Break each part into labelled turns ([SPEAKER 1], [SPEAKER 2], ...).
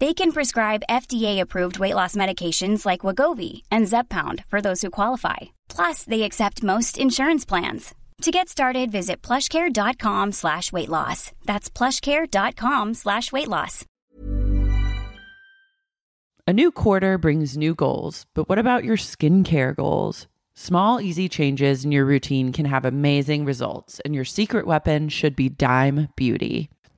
[SPEAKER 1] They can prescribe FDA-approved weight loss medications like Wagovi and Zepbound for those who qualify. Plus, they accept most insurance plans. To get started, visit plushcare.com slash weight loss. That's plushcare.com slash weight loss.
[SPEAKER 2] A new quarter brings new goals, but what about your skincare goals? Small, easy changes in your routine can have amazing results, and your secret weapon should be Dime Beauty.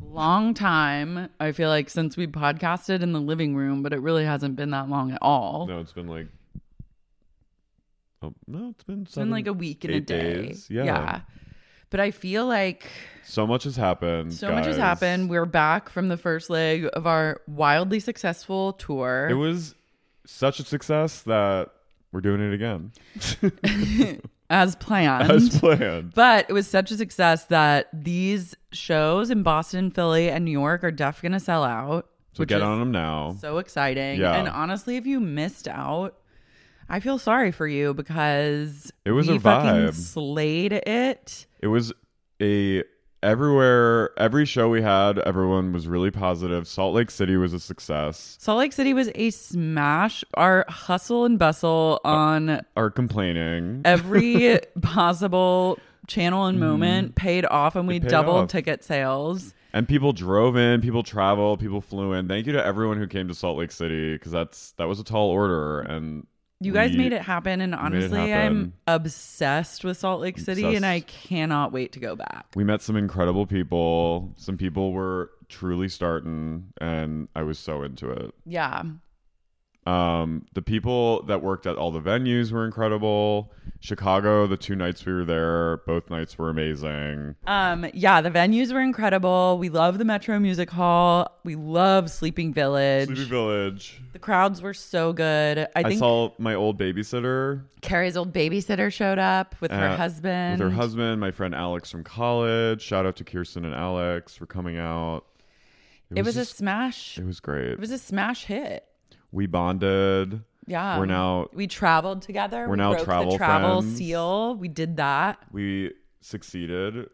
[SPEAKER 2] long time, I feel like, since we podcasted in the living room, but it really hasn't been that long at all.
[SPEAKER 3] No, it's been like. Oh, no, it's been.
[SPEAKER 2] It's been like a week and a day.
[SPEAKER 3] Yeah.
[SPEAKER 2] But I feel like
[SPEAKER 3] So much has happened.
[SPEAKER 2] So much has
[SPEAKER 3] guys.
[SPEAKER 2] happened. We're back from the first leg of our wildly successful tour.
[SPEAKER 3] It was such a success that we're doing it again
[SPEAKER 2] as planned.
[SPEAKER 3] as planned.
[SPEAKER 2] but it was such a success that these shows in Boston, Philly, and New York are def going to sell out.
[SPEAKER 3] So get on them now.
[SPEAKER 2] So exciting.
[SPEAKER 3] Yeah.
[SPEAKER 2] And honestly, if you missed out, I feel sorry for you because
[SPEAKER 3] It was
[SPEAKER 2] we
[SPEAKER 3] a
[SPEAKER 2] fucking
[SPEAKER 3] vibe.
[SPEAKER 2] slayed it.
[SPEAKER 3] It was a everywhere every show we had, everyone was really positive. Salt Lake City was a success.
[SPEAKER 2] Salt Lake City was a smash. Our hustle and bustle on
[SPEAKER 3] Are complaining.
[SPEAKER 2] every possible channel and moment paid off and we
[SPEAKER 3] Mm. paid
[SPEAKER 2] doubled
[SPEAKER 3] off.
[SPEAKER 2] ticket sales
[SPEAKER 3] and people drove in, people traveled, people flew in. Thank you to everyone who came to Salt Lake City because that's that was a tall order and
[SPEAKER 2] you guys
[SPEAKER 3] we-
[SPEAKER 2] made it happen and
[SPEAKER 3] made it
[SPEAKER 2] honestly i'm
[SPEAKER 3] happen.
[SPEAKER 2] obsessed with salt lake city and i cannot wait to go back
[SPEAKER 3] We met some incredible people. Some people were truly starting and I was so into it.
[SPEAKER 2] yeah
[SPEAKER 3] Um, the people that worked at all the venues were incredible. Chicago, the two nights we were there, both nights were amazing.
[SPEAKER 2] um yeah the venues were incredible we love the metro music hall we love sleeping village
[SPEAKER 3] Sleepy Village.
[SPEAKER 2] the crowds were so good i,
[SPEAKER 3] I,
[SPEAKER 2] think
[SPEAKER 3] saw my old babysitter
[SPEAKER 2] carrie's old babysitter showed up with her
[SPEAKER 3] uh,
[SPEAKER 2] husband
[SPEAKER 3] With her husband, my friend Alex from college. Shout out to Kirsten and Alex for coming out.
[SPEAKER 2] it, was, a
[SPEAKER 3] just-
[SPEAKER 2] smash
[SPEAKER 3] It was great.
[SPEAKER 2] it was a smash hit
[SPEAKER 3] We bonded.
[SPEAKER 2] Yeah.
[SPEAKER 3] We're now
[SPEAKER 2] We traveled together.
[SPEAKER 3] We're
[SPEAKER 2] we
[SPEAKER 3] now
[SPEAKER 2] broke
[SPEAKER 3] travel
[SPEAKER 2] the travel
[SPEAKER 3] friends.
[SPEAKER 2] seal. We did that.
[SPEAKER 3] we succeeded.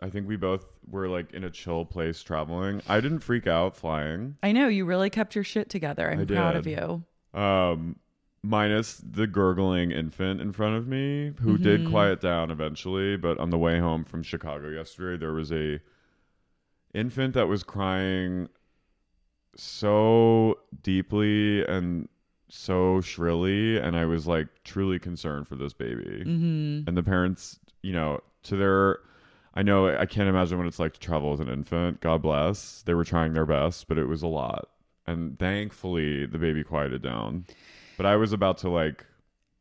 [SPEAKER 3] I think we both were like in a chill place traveling. I didn't freak out flying.
[SPEAKER 2] I know you really kept your shit together. I'm
[SPEAKER 3] I
[SPEAKER 2] proud of
[SPEAKER 3] did.
[SPEAKER 2] you.
[SPEAKER 3] Um minus the gurgling infant in front of me who did quiet down eventually, but on the way home from Chicago yesterday there was a infant that was crying so deeply and so shrilly and I was like truly concerned for this baby. Mm-hmm. And the parents, you know, to their I know I can't imagine what it's like to travel as an infant. God bless. They were trying their best, but it was a lot. And thankfully the baby quieted down. But I was about to like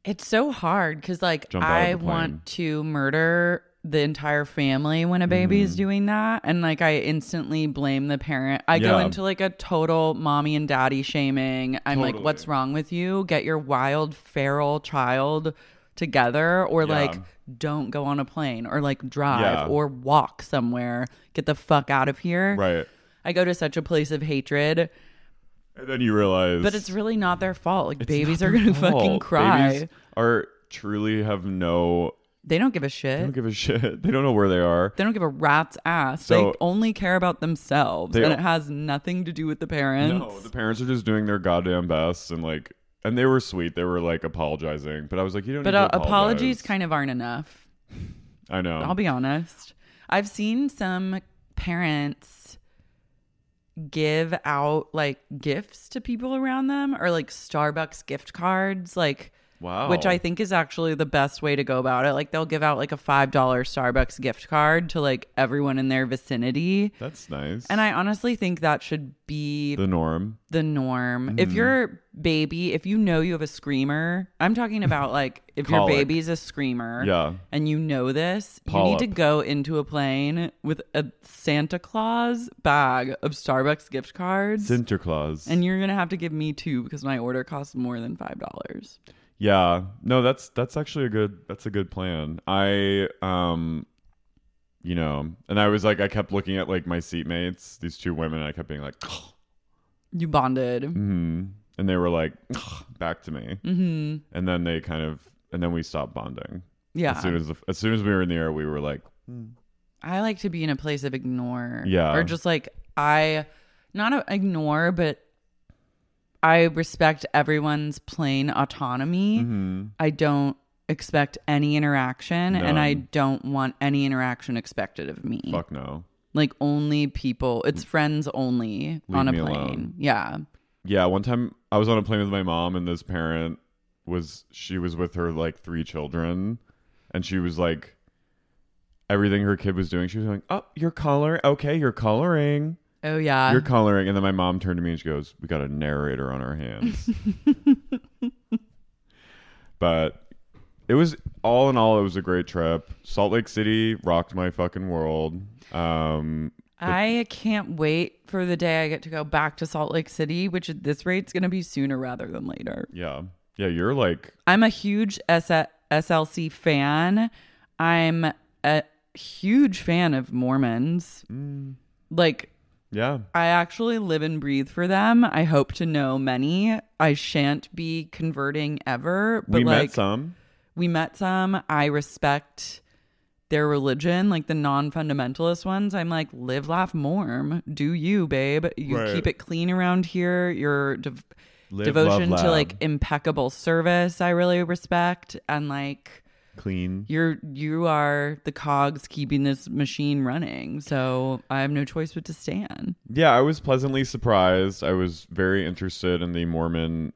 [SPEAKER 2] It's so hard because, like,
[SPEAKER 3] Jump out of
[SPEAKER 2] I
[SPEAKER 3] the plane.
[SPEAKER 2] want to murder the entire family
[SPEAKER 3] Mm-hmm.
[SPEAKER 2] when a baby is doing that. And, like, I instantly blame the parent. I go
[SPEAKER 3] Yeah.
[SPEAKER 2] into, like, a total mommy and daddy shaming. I'm like,
[SPEAKER 3] Totally.
[SPEAKER 2] what's wrong with you? Get your wild, feral child together, or,
[SPEAKER 3] Yeah.
[SPEAKER 2] like, don't go on a plane, or, like, drive,
[SPEAKER 3] Yeah.
[SPEAKER 2] or walk somewhere. Get the fuck out of here.
[SPEAKER 3] right.
[SPEAKER 2] I go to such a place of hatred,
[SPEAKER 3] And then you realize
[SPEAKER 2] but it's really not their fault. Like,
[SPEAKER 3] it's
[SPEAKER 2] babies
[SPEAKER 3] not
[SPEAKER 2] are
[SPEAKER 3] their
[SPEAKER 2] going to fucking
[SPEAKER 3] fault.
[SPEAKER 2] cry.
[SPEAKER 3] Babies are truly have no
[SPEAKER 2] they don't give a shit.
[SPEAKER 3] they don't give a shit. They don't know where they are.
[SPEAKER 2] They don't give a rat's ass. they
[SPEAKER 3] So-
[SPEAKER 2] only care about themselves,
[SPEAKER 3] They-
[SPEAKER 2] and it has nothing to do with the parents.
[SPEAKER 3] No, the parents are just doing their goddamn best and like and they were sweet. They were like apologizing, but I was like, you don't.
[SPEAKER 2] but
[SPEAKER 3] need
[SPEAKER 2] uh,
[SPEAKER 3] to apologize. Oh.
[SPEAKER 2] apologies kind of aren't enough.
[SPEAKER 3] I know.
[SPEAKER 2] I'll be honest. I've seen some parents give out like gifts to people around them or like Starbucks gift cards, like
[SPEAKER 3] wow.
[SPEAKER 2] which I think is actually the best way to go about it. Like they'll give out like a $5 Starbucks gift card to like everyone in their vicinity.
[SPEAKER 3] that's nice.
[SPEAKER 2] And I honestly think that should be
[SPEAKER 3] the norm.
[SPEAKER 2] the norm. If your baby, if you know you have a screamer, I'm talking about like if your
[SPEAKER 3] Colic.
[SPEAKER 2] baby's a screamer
[SPEAKER 3] Yeah.
[SPEAKER 2] and you know this, you need to
[SPEAKER 3] Polyp.
[SPEAKER 2] go into a plane with a Santa Claus bag of Starbucks gift cards.
[SPEAKER 3] Santa Claus.
[SPEAKER 2] and you're gonna have to give me two because my order costs more than five dollars.
[SPEAKER 3] yeah. No, that's that's actually a good that's a good plan. I um you know, and I was like I kept looking at like my seatmates, these two women, and I kept being like
[SPEAKER 2] You bonded.
[SPEAKER 3] hmm and they were like back to me. Mm-hmm. And then they kind of and then we stopped bonding.
[SPEAKER 2] Yeah.
[SPEAKER 3] As soon as the, as soon as we were in the air, we were like
[SPEAKER 2] I like to be in a place of ignore.
[SPEAKER 3] Yeah.
[SPEAKER 2] Or just like I not a, ignore, but I respect everyone's plain autonomy.
[SPEAKER 3] Mm-hmm.
[SPEAKER 2] I don't expect any interaction and I
[SPEAKER 3] None.
[SPEAKER 2] don't want any interaction expected of me.
[SPEAKER 3] fuck no.
[SPEAKER 2] Like only people, it's friends only
[SPEAKER 3] Leave
[SPEAKER 2] on a
[SPEAKER 3] me
[SPEAKER 2] plane.
[SPEAKER 3] alone.
[SPEAKER 2] Yeah.
[SPEAKER 3] Yeah, one time I was on a plane with my mom and this parent was she was with her like three children and she was like everything her kid was doing, she was going, Oh, you're color okay, you're coloring.
[SPEAKER 2] Oh yeah.
[SPEAKER 3] You're coloring and then my mom turned to me and she goes, We got a narrator on our hands. but it was all in all it was a great trip. Salt Lake City rocked my fucking world. Um
[SPEAKER 2] I can't wait for the day I get to go back to Salt Lake City, which at this rate's going to be sooner rather than later.
[SPEAKER 3] yeah. Yeah, you're like
[SPEAKER 2] I'm a huge S- SLC fan. I'm a huge fan of Mormons.
[SPEAKER 3] Mm.
[SPEAKER 2] Like,
[SPEAKER 3] yeah.
[SPEAKER 2] I actually live and breathe for them. I hope to know many. I shan't be converting ever, but
[SPEAKER 3] we
[SPEAKER 2] like
[SPEAKER 3] met some.
[SPEAKER 2] we met some. I respect their religion, like the non-fundamentalist ones. I'm like live, laugh, morm. Do you, babe? You
[SPEAKER 3] Right.
[SPEAKER 2] keep it clean around here. Your dev-
[SPEAKER 3] Live,
[SPEAKER 2] devotion
[SPEAKER 3] love,
[SPEAKER 2] to like
[SPEAKER 3] lab.
[SPEAKER 2] impeccable service, I really respect, and like
[SPEAKER 3] Clean.
[SPEAKER 2] you're you are the cogs keeping this machine running. So I have no choice but to stand.
[SPEAKER 3] Yeah, I was pleasantly surprised. I was very interested in the Mormon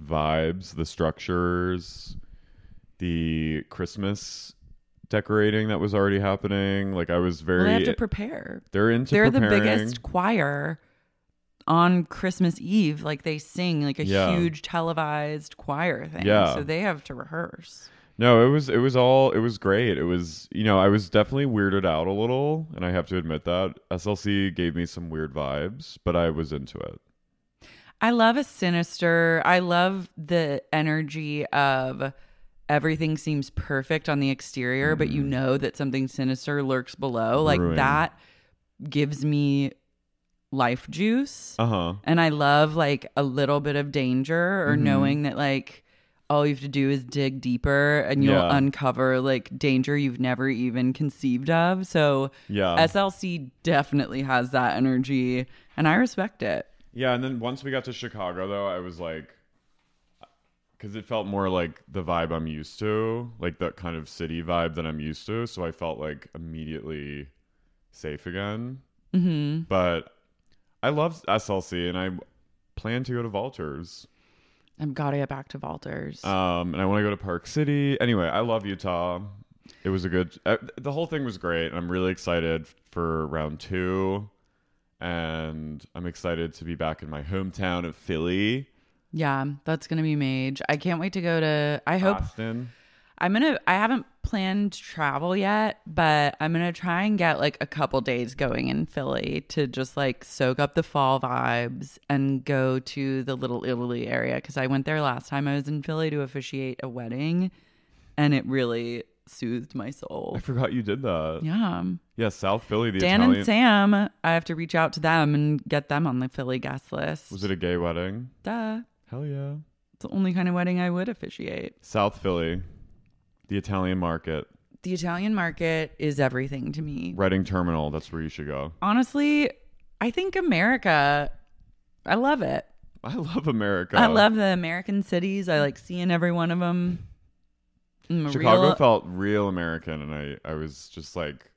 [SPEAKER 3] vibes, the structures, the Christmas decorating that was already happening. Like I was
[SPEAKER 2] Well,
[SPEAKER 3] very
[SPEAKER 2] they have to prepare.
[SPEAKER 3] they're into
[SPEAKER 2] They're the
[SPEAKER 3] preparing.
[SPEAKER 2] biggest choir on Christmas Eve. Like they sing like a
[SPEAKER 3] Yeah.
[SPEAKER 2] huge televised choir thing.
[SPEAKER 3] Yeah.
[SPEAKER 2] So they have to rehearse.
[SPEAKER 3] No, it was it was all it was great. It was you know I was definitely weirded out a little, and I have to admit that SLC gave me some weird vibes, but I was into it.
[SPEAKER 2] I love a sinister. I love the energy of everything seems perfect on the exterior, but
[SPEAKER 3] Mm-hmm.
[SPEAKER 2] you know that something sinister lurks below. Like
[SPEAKER 3] Brewing.
[SPEAKER 2] that gives me life juice.
[SPEAKER 3] Uh huh.
[SPEAKER 2] And I love like a little bit of danger or
[SPEAKER 3] Mm-hmm.
[SPEAKER 2] knowing that like all you have to do is dig deeper and you'll
[SPEAKER 3] Yeah.
[SPEAKER 2] uncover like danger you've never even conceived of. So
[SPEAKER 3] Yeah.
[SPEAKER 2] SLC definitely has that energy and I respect it.
[SPEAKER 3] Yeah, and then once we got to Chicago, though, I was like, because it felt more like the vibe I'm used to, like that kind of city vibe that I'm used to. So I felt like immediately safe again. Mm-hmm. But I love SLC, and I plan to go to Vultures,
[SPEAKER 2] I'm gotta get back to Valters.
[SPEAKER 3] um, and I want to go to Park City. Anyway, I love Utah. It was a good. Uh, the whole thing was great, and I'm really excited for round two. And I'm excited to be back in my hometown of Philly.
[SPEAKER 2] yeah, that's gonna be mage. I can't wait to go to I hope
[SPEAKER 3] Austin.
[SPEAKER 2] I'm gonna. I haven't planned travel yet, but I'm gonna try and get like a couple days going in Philly to just like soak up the fall vibes and go to the Little Italy area because I went there last time I was in Philly to officiate a wedding, and it really soothed my soul.
[SPEAKER 3] I forgot you did that. Yeah,
[SPEAKER 2] Yeah,
[SPEAKER 3] South Philly. The
[SPEAKER 2] Dan
[SPEAKER 3] Italian.
[SPEAKER 2] and Sam. I have to reach out to them and get them on the Philly guest list.
[SPEAKER 3] Was it a gay wedding?
[SPEAKER 2] Duh,
[SPEAKER 3] Hell yeah.
[SPEAKER 2] it's the only kind of wedding I would officiate.
[SPEAKER 3] South Philly, the Italian market,
[SPEAKER 2] The Italian market is everything to me.
[SPEAKER 3] Reading Terminal. That's where you should go.
[SPEAKER 2] honestly, I think America, I love it.
[SPEAKER 3] I love America.
[SPEAKER 2] I love the American cities. I like seeing every one of Mm, them.
[SPEAKER 3] Chicago. Felt real American, and I I was just like,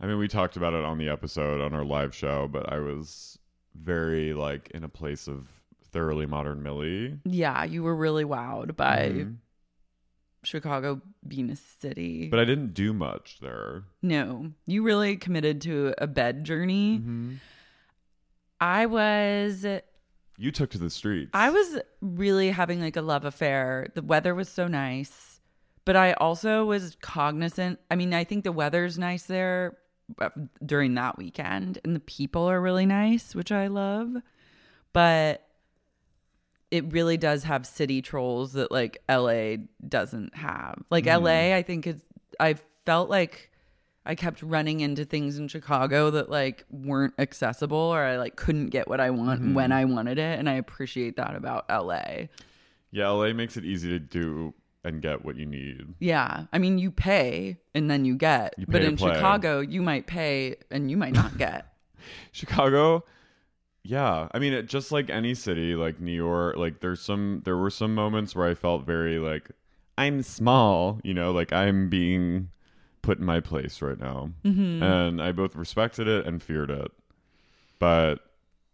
[SPEAKER 3] I mean, we talked about it on the episode on our live show, but I was very like in a place of thoroughly modern Millie.
[SPEAKER 2] Yeah, you were really wowed by
[SPEAKER 3] Mhm.
[SPEAKER 2] Chicago being a city.
[SPEAKER 3] But I didn't do much there.
[SPEAKER 2] no, you really committed to a bed journey.
[SPEAKER 3] Mm-hmm.
[SPEAKER 2] I was
[SPEAKER 3] You took to the streets.
[SPEAKER 2] I was really having like a love affair. The weather was so nice, but I also was cognizant. I mean, I think the weather's nice there uh, during that weekend, and the people are really nice, which I love. But it really does have city trolls that like LA doesn't have. Like LA, I think is I felt like I kept running into things in Chicago that like weren't accessible or I like couldn't get what I want
[SPEAKER 3] Mm-hmm.
[SPEAKER 2] when I wanted it and I appreciate that about LA.
[SPEAKER 3] Yeah, LA makes it easy to do and get what you need.
[SPEAKER 2] Yeah. I mean, you pay and then you get.
[SPEAKER 3] You
[SPEAKER 2] but
[SPEAKER 3] pay to
[SPEAKER 2] in
[SPEAKER 3] play.
[SPEAKER 2] Chicago, you might pay and you might not get.
[SPEAKER 3] Chicago, yeah. I mean, it, just like any city, like New York, like there's some, there were some moments where I felt very like, I'm small, you know, like I'm being put in my place right now.
[SPEAKER 2] Mm-hmm.
[SPEAKER 3] And I both respected it and feared it. But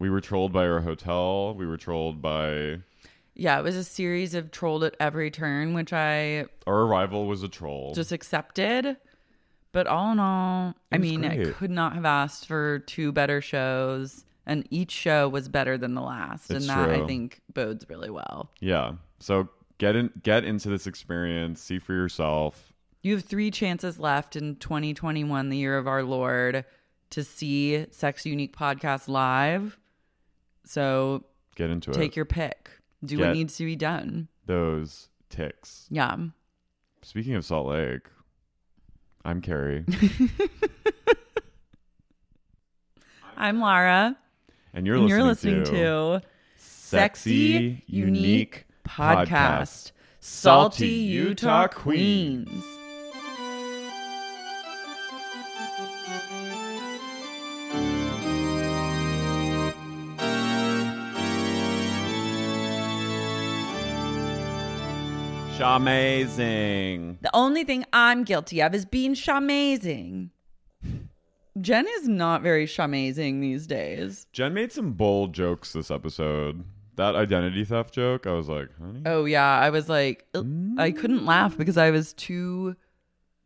[SPEAKER 3] we were trolled by our hotel. We were trolled by
[SPEAKER 2] yeah, it was a series of trolled at every turn, which I
[SPEAKER 3] our arrival was a troll.
[SPEAKER 2] just accepted. But all in all, I
[SPEAKER 3] was
[SPEAKER 2] mean, I
[SPEAKER 3] great.
[SPEAKER 2] could not have asked for two better shows, and each show was better than the last,
[SPEAKER 3] It's
[SPEAKER 2] and that I
[SPEAKER 3] true.
[SPEAKER 2] think bodes really well.
[SPEAKER 3] yeah. So get in, get into this experience, see for yourself.
[SPEAKER 2] You have three chances left in 2021, the year of our Lord, to see Sex Unique podcast live. So
[SPEAKER 3] Get into it.
[SPEAKER 2] take your pick. Do
[SPEAKER 3] Get-
[SPEAKER 2] what needs to be done.
[SPEAKER 3] those ticks.
[SPEAKER 2] Yeah.
[SPEAKER 3] Speaking of Salt Lake, I'm Carrie,
[SPEAKER 2] I'm Lara,
[SPEAKER 3] and you're
[SPEAKER 2] and
[SPEAKER 3] listening,
[SPEAKER 2] you're listening to
[SPEAKER 3] Sexy Unique Podcast.
[SPEAKER 2] Salty Utah Queens.
[SPEAKER 3] Shamazing.
[SPEAKER 2] The only thing I'm guilty of is being shamazing. Jen is not very shamazing these days.
[SPEAKER 3] Jen made some bold jokes this episode. That identity theft joke, I was like, honey.
[SPEAKER 2] Oh yeah, I was like, "Ugh." I couldn't laugh because I was too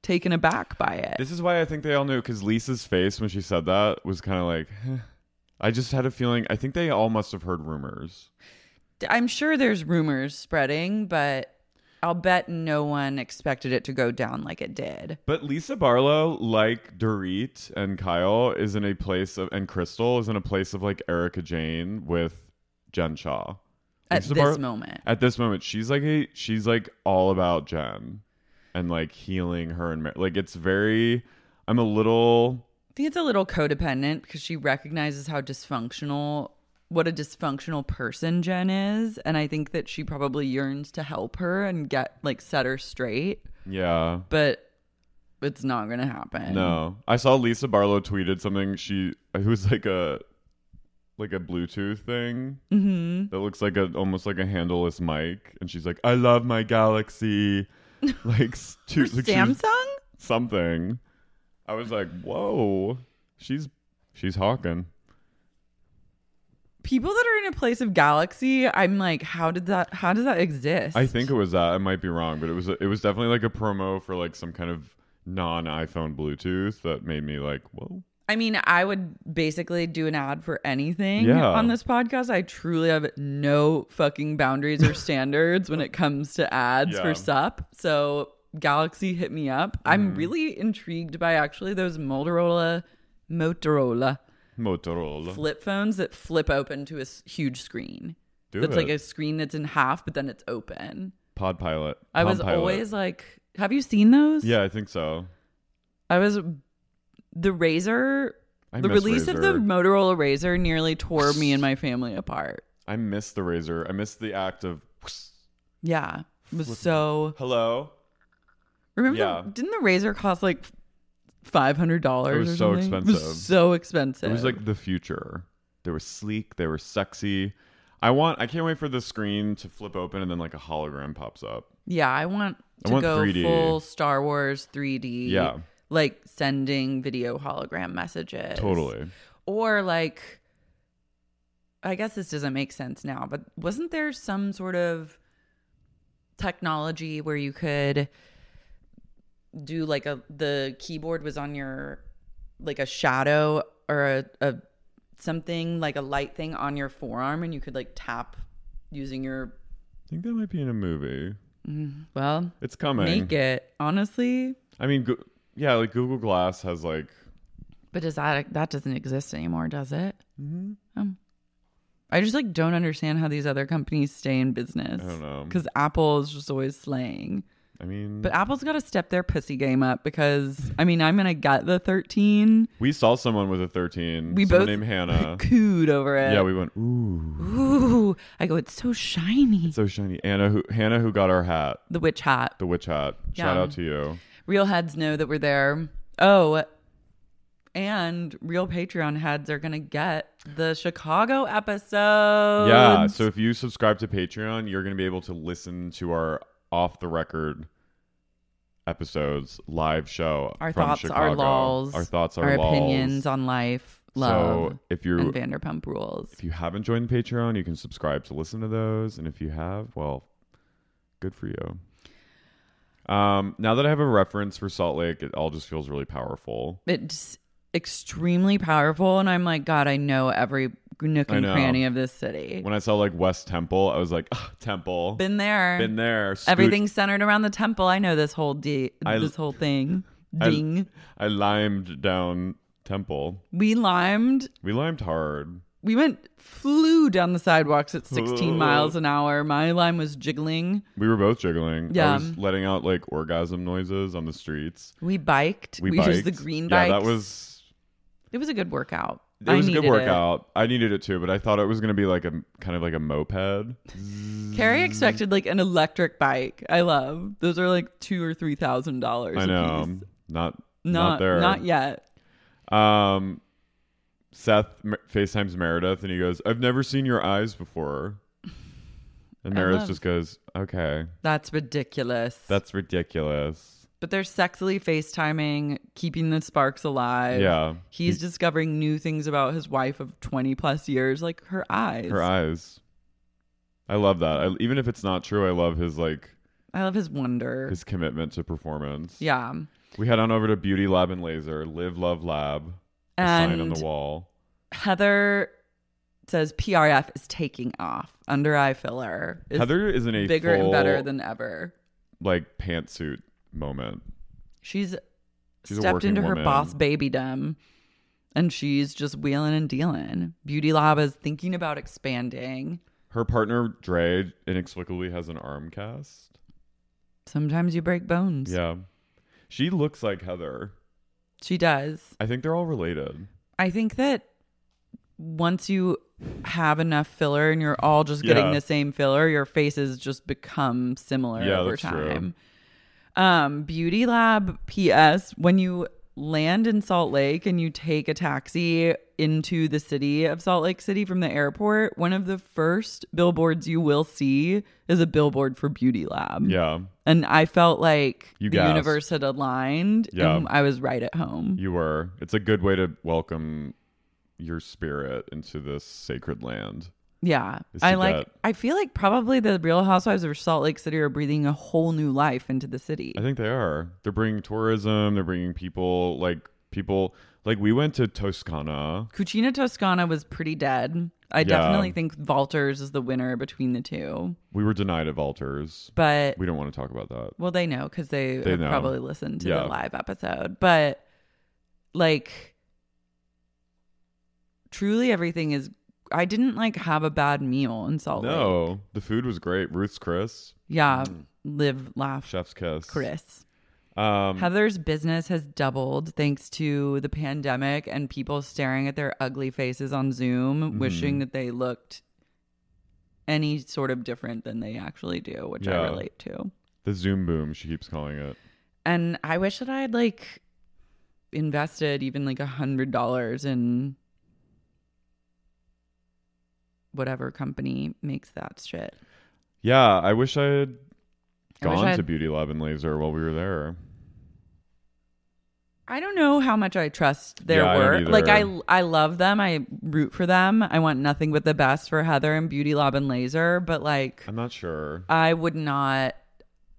[SPEAKER 2] taken aback by it.
[SPEAKER 3] This is why I think they all knew because Lisa's face when she said that was kind of like, "Huh." I just had a feeling. I think they all must have heard rumors.
[SPEAKER 2] I'm sure there's rumors spreading, but I'll bet no one expected it to go down like it did.
[SPEAKER 3] But Lisa Barlow, like Dorit and Kyle, is in a place of, and Crystal is in a place of like Erica Jane with Jen Shaw.
[SPEAKER 2] At
[SPEAKER 3] Lisa
[SPEAKER 2] this
[SPEAKER 3] Bar-
[SPEAKER 2] moment.
[SPEAKER 3] At this moment, she's like a, she's like all about Jen and like healing her and mar- like it's very. I'm a little
[SPEAKER 2] think it's a little codependent because she recognizes how dysfunctional what a dysfunctional person Jen is and I think that she probably yearns to help her and get like set her straight
[SPEAKER 3] Yeah.
[SPEAKER 2] but it's not going to happen.
[SPEAKER 3] No, I saw Lisa Barlow tweeted something. She it was like a like a Bluetooth thing
[SPEAKER 2] Mm-hmm.
[SPEAKER 3] that looks like a almost like a handleless mic, and she's like, "I love my Galaxy," like s- two, like she was-
[SPEAKER 2] Samsung?
[SPEAKER 3] something. I was like, "Whoa, she's she's hawking."
[SPEAKER 2] People that are in a place of galaxy, I'm like, how did that how does that exist?
[SPEAKER 3] I think it was that. I might be wrong, but it was it was definitely like a promo for like some kind of non iPhone Bluetooth that made me like, "Whoa."
[SPEAKER 2] I mean, I would basically do an ad for anything
[SPEAKER 3] Yeah.
[SPEAKER 2] on this podcast. I truly have no fucking boundaries or standards when it comes to ads
[SPEAKER 3] Yeah.
[SPEAKER 2] for SUP. So, Galaxy hit me up. I'm
[SPEAKER 3] Mm-hmm.
[SPEAKER 2] really intrigued by actually those Motorola Motorola
[SPEAKER 3] Motorola.
[SPEAKER 2] flip phones that flip open to a s- huge screen.
[SPEAKER 3] Do
[SPEAKER 2] that's like
[SPEAKER 3] it.
[SPEAKER 2] a screen that's in half, but then it's open.
[SPEAKER 3] Pod Pilot.
[SPEAKER 2] I was
[SPEAKER 3] Pod Pilot.
[SPEAKER 2] always like, have you seen those?
[SPEAKER 3] Yeah, I think so.
[SPEAKER 2] I was the razor.
[SPEAKER 3] I
[SPEAKER 2] the
[SPEAKER 3] miss
[SPEAKER 2] release of the
[SPEAKER 3] Razor.
[SPEAKER 2] Motorola Razor nearly tore me and my family apart.
[SPEAKER 3] I miss the razor. I miss the act of
[SPEAKER 2] Yeah, it was so.
[SPEAKER 3] hello.
[SPEAKER 2] Remember,
[SPEAKER 3] Yeah.
[SPEAKER 2] the, didn't the razor cost like five hundred dollars?
[SPEAKER 3] It was
[SPEAKER 2] or
[SPEAKER 3] so
[SPEAKER 2] something? It
[SPEAKER 3] expensive.
[SPEAKER 2] was so expensive.
[SPEAKER 3] It was like the future. They were sleek. They were sexy. I want. I can't wait for the screen to flip open and then like a hologram pops up.
[SPEAKER 2] yeah, I want
[SPEAKER 3] I
[SPEAKER 2] to
[SPEAKER 3] want
[SPEAKER 2] go
[SPEAKER 3] 3D.
[SPEAKER 2] full Star Wars three D.
[SPEAKER 3] Yeah.
[SPEAKER 2] like sending video hologram messages.
[SPEAKER 3] Totally.
[SPEAKER 2] or like i guess this doesn't make sense now but wasn't there some sort of technology where you could do like a the keyboard was on your like a shadow or a, a something like a light thing on your forearm and you could like tap using your
[SPEAKER 3] I think that might be in a movie.
[SPEAKER 2] well
[SPEAKER 3] It's coming.
[SPEAKER 2] make it honestly
[SPEAKER 3] I mean, go- yeah, like Google Glass has like.
[SPEAKER 2] But does that that doesn't exist anymore, does it? Mm-hmm. Um, I just like don't understand how these other companies stay in business.
[SPEAKER 3] I don't know. Mm-hmm.
[SPEAKER 2] because Apple is just always slaying.
[SPEAKER 3] I mean,
[SPEAKER 2] But Apple's got to step their pussy game up because I mean I'm gonna get the 13.
[SPEAKER 3] we saw someone with a thirteen.
[SPEAKER 2] We
[SPEAKER 3] someone
[SPEAKER 2] both
[SPEAKER 3] named Hannah.
[SPEAKER 2] cooed over it.
[SPEAKER 3] yeah, we went ooh,
[SPEAKER 2] Ooh, I go. It's so shiny.
[SPEAKER 3] so shiny. Anna, who Hannah, who got our hat,
[SPEAKER 2] the witch hat.
[SPEAKER 3] the witch hat. Shout
[SPEAKER 2] Yeah.
[SPEAKER 3] out to you.
[SPEAKER 2] Real heads know that we're there. Oh, and real Patreon heads are gonna get the Chicago episode.
[SPEAKER 3] Yeah. So if you subscribe to Patreon, you're going to be able to listen to our off the record episodes live show.
[SPEAKER 2] our
[SPEAKER 3] from
[SPEAKER 2] thoughts,
[SPEAKER 3] Chicago.
[SPEAKER 2] our laws,
[SPEAKER 3] our thoughts, our,
[SPEAKER 2] our
[SPEAKER 3] lols.
[SPEAKER 2] opinions on life, love,
[SPEAKER 3] So if you're
[SPEAKER 2] and Vanderpump Rules.
[SPEAKER 3] if you haven't joined Patreon, you can subscribe to listen to those, and if you have, well, good for you. Um, now that I have a reference for Salt Lake, it all just feels really powerful.
[SPEAKER 2] It's extremely powerful, and I'm like, God, I know every nook
[SPEAKER 3] I
[SPEAKER 2] and
[SPEAKER 3] know.
[SPEAKER 2] cranny of this city.
[SPEAKER 3] When I saw like West Temple, I was like, ah, Temple,
[SPEAKER 2] Been there.
[SPEAKER 3] been there. Spoo-
[SPEAKER 2] Everything's centered around the temple. I know this whole de-
[SPEAKER 3] I-
[SPEAKER 2] this whole thing.
[SPEAKER 3] I-
[SPEAKER 2] Ding.
[SPEAKER 3] I limed down Temple.
[SPEAKER 2] we limed.
[SPEAKER 3] We limed hard.
[SPEAKER 2] We went flew down the sidewalks at 16 miles an hour. My lime was jiggling.
[SPEAKER 3] We were both jiggling. I
[SPEAKER 2] Yeah.
[SPEAKER 3] was letting out like orgasm noises on the streets.
[SPEAKER 2] We biked.
[SPEAKER 3] We,
[SPEAKER 2] used the
[SPEAKER 3] biked.
[SPEAKER 2] green
[SPEAKER 3] Yeah,
[SPEAKER 2] bike.
[SPEAKER 3] that was
[SPEAKER 2] It was a good workout.
[SPEAKER 3] it
[SPEAKER 2] I
[SPEAKER 3] was a good
[SPEAKER 2] needed it.
[SPEAKER 3] workout. I needed it too, but I thought it was gonna be like a kind of like a moped.
[SPEAKER 2] Carrie expected like an electric bike. I love those are like two or three thousand dollars.
[SPEAKER 3] I
[SPEAKER 2] a
[SPEAKER 3] know.
[SPEAKER 2] piece.
[SPEAKER 3] Not,
[SPEAKER 2] Not
[SPEAKER 3] not there.
[SPEAKER 2] not yet.
[SPEAKER 3] Um Seth m- FaceTimes Meredith and he goes, I've never seen your eyes before. And Meredith
[SPEAKER 2] love-
[SPEAKER 3] just goes, Okay.
[SPEAKER 2] That's ridiculous.
[SPEAKER 3] That's ridiculous.
[SPEAKER 2] but they're sexily FaceTiming, keeping the sparks alive.
[SPEAKER 3] Yeah.
[SPEAKER 2] He's discovering new things about his wife of twenty plus years, like her eyes.
[SPEAKER 3] Her eyes. I love that. I, even if it's not true, I love his like
[SPEAKER 2] I love his wonder.
[SPEAKER 3] his commitment to performance.
[SPEAKER 2] yeah.
[SPEAKER 3] We head on over to Beauty Lab and Laser, Live Love Lab, a sign on
[SPEAKER 2] And
[SPEAKER 3] the wall.
[SPEAKER 2] Heather says PRF is taking off. Under eye filler. is
[SPEAKER 3] Heather is in a
[SPEAKER 2] bigger
[SPEAKER 3] full,
[SPEAKER 2] and better than ever.
[SPEAKER 3] like pantsuit moment.
[SPEAKER 2] She's,
[SPEAKER 3] She's a
[SPEAKER 2] stepped
[SPEAKER 3] working
[SPEAKER 2] into her
[SPEAKER 3] woman.
[SPEAKER 2] boss babydom and she's just wheeling and dealing. Beauty Lab is thinking about expanding.
[SPEAKER 3] Her partner Dre inexplicably has an arm cast.
[SPEAKER 2] Sometimes you break bones.
[SPEAKER 3] Yeah, she looks like Heather.
[SPEAKER 2] She does.
[SPEAKER 3] I think they're all related.
[SPEAKER 2] I think that once you have enough filler and you're all just getting
[SPEAKER 3] Yeah.
[SPEAKER 2] the same filler, your faces just become similar
[SPEAKER 3] Yeah,
[SPEAKER 2] over
[SPEAKER 3] that's true.
[SPEAKER 2] time. Um, Beauty Lab PS, when you land in Salt Lake and you take a taxi into the city of Salt Lake City from the airport, one of the first billboards you will see is a billboard for Beauty Lab.
[SPEAKER 3] Yeah,
[SPEAKER 2] And I felt like
[SPEAKER 3] You
[SPEAKER 2] the
[SPEAKER 3] gasped.
[SPEAKER 2] universe had aligned
[SPEAKER 3] Yeah.
[SPEAKER 2] and I was right at home.
[SPEAKER 3] you were. It's a good way to welcome your spirit into this sacred land.
[SPEAKER 2] Yeah.
[SPEAKER 3] Is
[SPEAKER 2] I
[SPEAKER 3] to
[SPEAKER 2] like
[SPEAKER 3] that-
[SPEAKER 2] I feel like probably the Real Housewives of Salt Lake City are breathing a whole new life into the city.
[SPEAKER 3] I think they are. They're bringing tourism. They're bringing people like people like we went to Toscana.
[SPEAKER 2] Cucina Toscana was pretty dead. I
[SPEAKER 3] Yeah.
[SPEAKER 2] definitely think Valters is the winner between the two.
[SPEAKER 3] We were denied at Alters.
[SPEAKER 2] But
[SPEAKER 3] We don't want to talk about that.
[SPEAKER 2] well they know cuz they,
[SPEAKER 3] They
[SPEAKER 2] have
[SPEAKER 3] know.
[SPEAKER 2] probably listened to
[SPEAKER 3] Yeah.
[SPEAKER 2] the live episode. But like truly everything is I didn't like have a bad meal in Salt Lake.
[SPEAKER 3] no, Mm. the food was great. Ruth's Chris,
[SPEAKER 2] Yeah. Live laugh
[SPEAKER 3] Chef's Kiss.
[SPEAKER 2] Chris.
[SPEAKER 3] Um,
[SPEAKER 2] Heather's business has doubled thanks to the pandemic and people staring at their ugly faces on Zoom,
[SPEAKER 3] Mm-hmm.
[SPEAKER 2] wishing that they looked any sort of different than they actually do, which I
[SPEAKER 3] Yeah.
[SPEAKER 2] relate to.
[SPEAKER 3] the Zoom boom, she keeps calling it.
[SPEAKER 2] And I wish that I had like invested even like a hundred dollars in whatever company makes that shit.
[SPEAKER 3] Yeah, I wish I had
[SPEAKER 2] I wish
[SPEAKER 3] gone
[SPEAKER 2] I had-
[SPEAKER 3] to Beauty Lab and Laser while we were there.
[SPEAKER 2] I don't know how much I trust their
[SPEAKER 3] Yeah, I don't
[SPEAKER 2] work. like I
[SPEAKER 3] either.
[SPEAKER 2] I love them. I root for them. I want nothing but the best for Heather and Beauty Lab and Laser, but like
[SPEAKER 3] I'm not sure.
[SPEAKER 2] I would not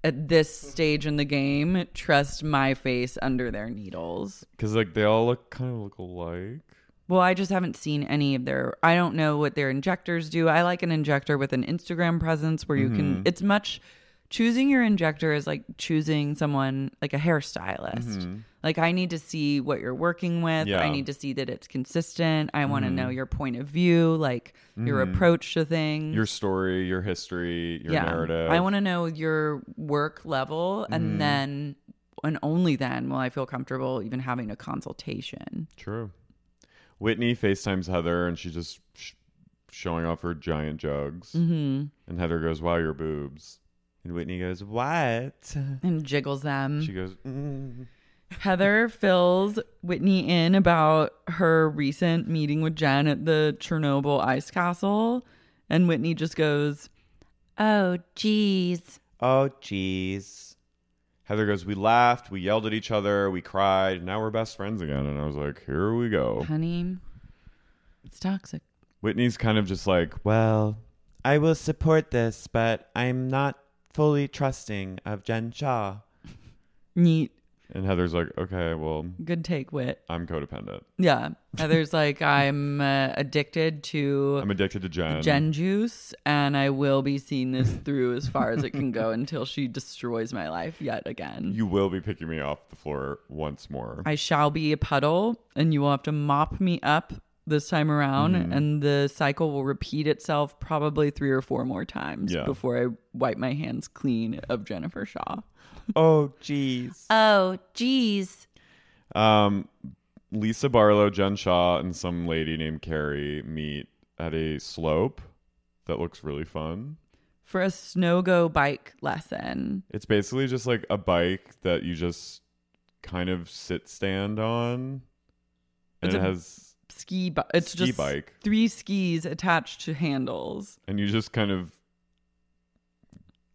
[SPEAKER 2] at this stage in the game trust my face under their needles.
[SPEAKER 3] Because like they all look kind of look alike.
[SPEAKER 2] Well, I just haven't seen any of their I don't know what their injectors do. I like an injector with an Instagram presence where you
[SPEAKER 3] Mm-hmm.
[SPEAKER 2] can it's much choosing your injector is like choosing someone like a hairstylist. Like I need to see what you're working with. I
[SPEAKER 3] Mm-hmm. Yeah. Mm-hmm.
[SPEAKER 2] need to see that it's consistent. I want to know your point of view, like your approach to things.
[SPEAKER 3] Your story, your history, your narrative. Mm-hmm.
[SPEAKER 2] I want to know your work level, and then and only then will I feel comfortable even having a consultation.
[SPEAKER 3] True. Whitney FaceTimes Heather and she's just sh- showing off her giant jugs.
[SPEAKER 2] Mm-hmm.
[SPEAKER 3] And Heather goes, Wow, your boobs. And Whitney goes, What?
[SPEAKER 2] And jiggles them.
[SPEAKER 3] She goes, mm.
[SPEAKER 2] Heather fills Whitney in about her recent meeting with Jen at the Chernobyl ice castle, and Whitney just goes, "Oh, geez."
[SPEAKER 3] Oh, jeez. Heather goes, We laughed, we yelled at each other, we cried, now we're best friends again. And I was like, Here we go.
[SPEAKER 2] Honey, it's toxic.
[SPEAKER 3] Whitney's kind of just like, Well, I will support this, but I'm not fully trusting of Jen Shaw.
[SPEAKER 2] Neat.
[SPEAKER 3] And Heather's like, Okay, well,
[SPEAKER 2] Good take, Wit.
[SPEAKER 3] I'm codependent.
[SPEAKER 2] Yeah. Heather's like, I'm uh, addicted to
[SPEAKER 3] I'm addicted to Jen.
[SPEAKER 2] Gen juice, and I will be seeing this through as far as it can go until she destroys my life yet again.
[SPEAKER 3] You will be picking me off the floor once more.
[SPEAKER 2] I shall be a puddle, and you will have to mop me up this time around,
[SPEAKER 3] Mm-hmm.
[SPEAKER 2] and the cycle will repeat itself probably three or four more times
[SPEAKER 3] Yeah.
[SPEAKER 2] before I wipe my hands clean of Jennifer Shaw.
[SPEAKER 3] oh, jeez.
[SPEAKER 2] Oh, geez.
[SPEAKER 3] Um, Lisa Barlow, Jen Shaw, and some lady named Carrie meet at a slope that looks really fun.
[SPEAKER 2] For a snow go bike lesson.
[SPEAKER 3] It's basically just like a bike that you just kind of sit stand on,
[SPEAKER 2] It's
[SPEAKER 3] and it
[SPEAKER 2] a-
[SPEAKER 3] has
[SPEAKER 2] Ski bike. It's
[SPEAKER 3] Ski
[SPEAKER 2] just
[SPEAKER 3] bike.
[SPEAKER 2] three skis attached to handles.
[SPEAKER 3] and you just kind of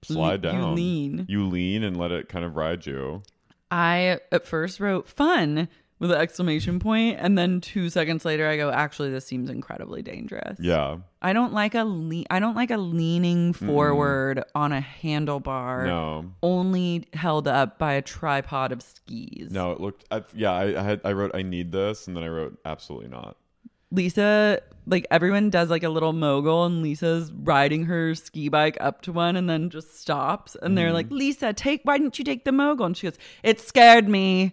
[SPEAKER 3] slide
[SPEAKER 2] Le- you
[SPEAKER 3] down.
[SPEAKER 2] lean.
[SPEAKER 3] You lean and let it kind of ride you.
[SPEAKER 2] I at first wrote fun with an exclamation point, and then two seconds later, I go, actually, this seems incredibly dangerous.
[SPEAKER 3] Yeah.
[SPEAKER 2] I don't like a le- I don't like a leaning forward on a handlebar,
[SPEAKER 3] No.
[SPEAKER 2] only held up by a tripod of skis.
[SPEAKER 3] No, it looked. I, yeah, I, I had. I wrote. I need this, and then I wrote. Absolutely not.
[SPEAKER 2] Lisa, like everyone does, like a little mogul, and Lisa's riding her ski bike up to one, and then just stops, and they're
[SPEAKER 3] Mm.
[SPEAKER 2] like, "Lisa, take. Why didn't you take the mogul?" And she goes, "It scared me."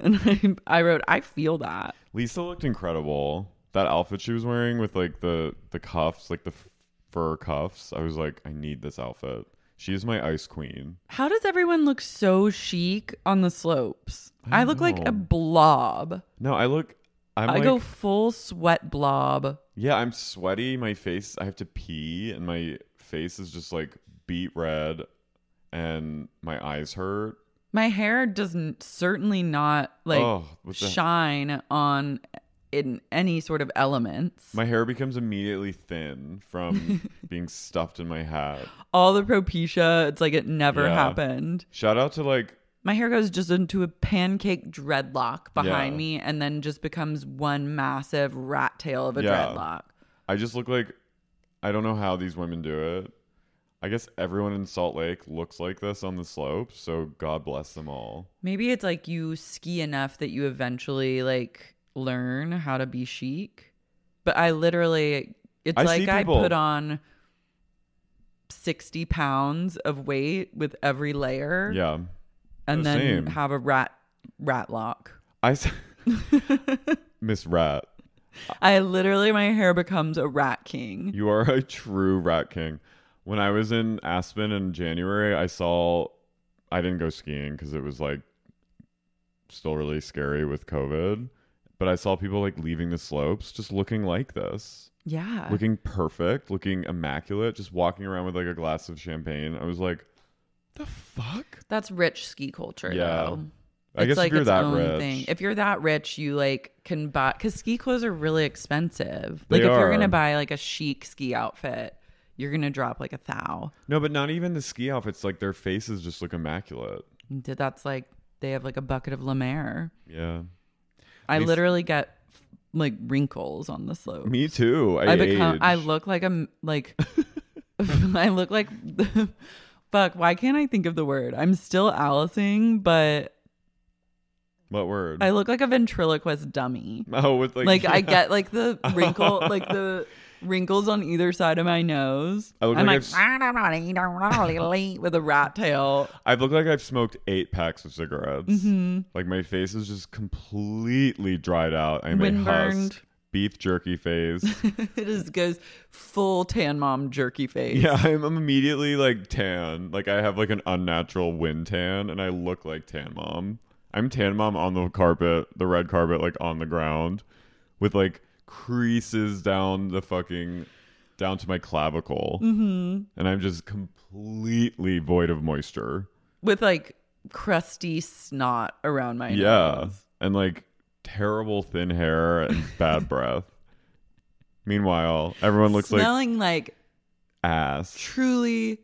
[SPEAKER 2] and I, I wrote, "I feel that."
[SPEAKER 3] Lisa looked incredible. That outfit she was wearing with like the the cuffs, like the f- fur cuffs. I was like, I need this outfit. She's my ice queen.
[SPEAKER 2] How does everyone look so chic on the slopes? I, look like a
[SPEAKER 3] know.
[SPEAKER 2] blob.
[SPEAKER 3] No, I look. Oh. I'm
[SPEAKER 2] i
[SPEAKER 3] like,
[SPEAKER 2] go full sweat blob.
[SPEAKER 3] yeah, I'm sweaty. My face, I have to pee, and my face is just like beet red, and my eyes hurt.
[SPEAKER 2] My hair doesn't certainly not like
[SPEAKER 3] Oh, what the-
[SPEAKER 2] shine on in any sort of elements.
[SPEAKER 3] My hair becomes immediately thin from being stuffed in my hat.
[SPEAKER 2] All the propecia, it's like it never
[SPEAKER 3] Yeah.
[SPEAKER 2] happened.
[SPEAKER 3] Shout out to like
[SPEAKER 2] My hair goes just into a pancake dreadlock behind
[SPEAKER 3] Yeah.
[SPEAKER 2] me and then just becomes one massive rat tail of a
[SPEAKER 3] Yeah.
[SPEAKER 2] dreadlock.
[SPEAKER 3] I just look like I don't know how these women do it. I guess everyone in Salt Lake looks like this on the slopes, so God bless them all.
[SPEAKER 2] Maybe it's like you ski enough that you eventually like learn how to be chic. But I literally, it's
[SPEAKER 3] I see
[SPEAKER 2] like I
[SPEAKER 3] people-
[SPEAKER 2] put on 60 pounds of weight with every layer
[SPEAKER 3] Yeah.
[SPEAKER 2] and
[SPEAKER 3] the
[SPEAKER 2] then
[SPEAKER 3] same.
[SPEAKER 2] have a rat rat lock.
[SPEAKER 3] I s- Miss Rat,
[SPEAKER 2] I literally, my hair becomes a rat king.
[SPEAKER 3] you are a true rat king. When I was in Aspen in January, I saw I didn't go skiing cuz it was like still really scary with COVID, but I saw people like leaving the slopes just looking like this.
[SPEAKER 2] Yeah.
[SPEAKER 3] looking perfect, looking immaculate, just walking around with like a glass of champagne. I was like, the fuck?
[SPEAKER 2] That's rich ski culture.
[SPEAKER 3] Yeah.
[SPEAKER 2] Though.
[SPEAKER 3] I guess if you're
[SPEAKER 2] its
[SPEAKER 3] that
[SPEAKER 2] own
[SPEAKER 3] rich,
[SPEAKER 2] If you're that rich, you like can buy because ski clothes are really expensive.
[SPEAKER 3] They
[SPEAKER 2] like if you're
[SPEAKER 3] are.
[SPEAKER 2] gonna buy like a chic ski outfit, you're gonna drop like a thou.
[SPEAKER 3] no, but not even the ski outfits. Like their faces just look immaculate.
[SPEAKER 2] Did That's like they have like a bucket of La Mer.
[SPEAKER 3] Yeah,
[SPEAKER 2] I
[SPEAKER 3] Me s-
[SPEAKER 2] literally get like wrinkles on the slope.
[SPEAKER 3] me too. I,
[SPEAKER 2] I become. I
[SPEAKER 3] age.
[SPEAKER 2] look like I'm like. I look like. Fuck! Why can't I think of the word? I'm still Alicing, but
[SPEAKER 3] What word?
[SPEAKER 2] I look like a ventriloquist dummy.
[SPEAKER 3] oh, with like, Oh.
[SPEAKER 2] like I
[SPEAKER 3] yeah.
[SPEAKER 2] get like the wrinkle, like the wrinkles on either side of my nose.
[SPEAKER 3] I look
[SPEAKER 2] I'm
[SPEAKER 3] like
[SPEAKER 2] like,
[SPEAKER 3] I've s-
[SPEAKER 2] with a rat tail.
[SPEAKER 3] I look like I've smoked eight packs of cigarettes.
[SPEAKER 2] Mm-hmm.
[SPEAKER 3] Like my face is just completely dried out. I'm a
[SPEAKER 2] Windburned.
[SPEAKER 3] husk, beef jerky face.
[SPEAKER 2] it just goes full tan mom jerky face.
[SPEAKER 3] Yeah, I'm I'm immediately like tan. Like I have like an unnatural wind tan, and I look like tan mom. I'm tan mom on the carpet, the red carpet, like on the ground, with like creases down the fucking down to my clavicle, mm-hmm. and I'm just completely void of moisture.
[SPEAKER 2] with like crusty snot around my
[SPEAKER 3] yeah,
[SPEAKER 2] nose.
[SPEAKER 3] and like terrible thin hair and bad breath. Meanwhile, everyone looks like
[SPEAKER 2] smelling like,
[SPEAKER 3] ass
[SPEAKER 2] truly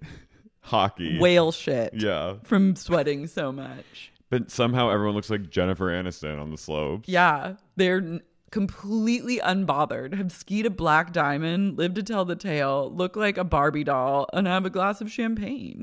[SPEAKER 3] hockey.
[SPEAKER 2] whale shit.
[SPEAKER 3] Yeah.
[SPEAKER 2] from sweating so much.
[SPEAKER 3] But somehow everyone looks like Jennifer Aniston on the slopes.
[SPEAKER 2] Yeah, they're n- completely unbothered, have skied a black diamond, lived to tell the tale, look like a Barbie doll, and have a glass of champagne.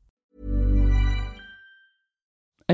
[SPEAKER 2] A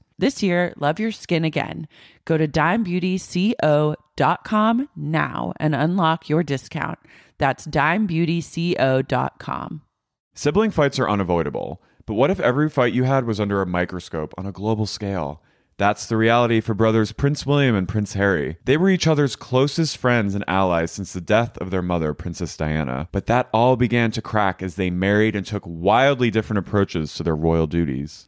[SPEAKER 2] This year, love your skin again. Go to dimebeautyco.com now and unlock your discount. That's dimebeautyco.com.
[SPEAKER 3] Sibling fights are unavoidable, but what if every fight you had was under a microscope on a global scale? That's the reality for brothers Prince William and Prince Harry. They were each other's closest friends and allies since the death of their mother, Princess Diana, but that all began to crack as they married and took wildly different approaches to their royal duties.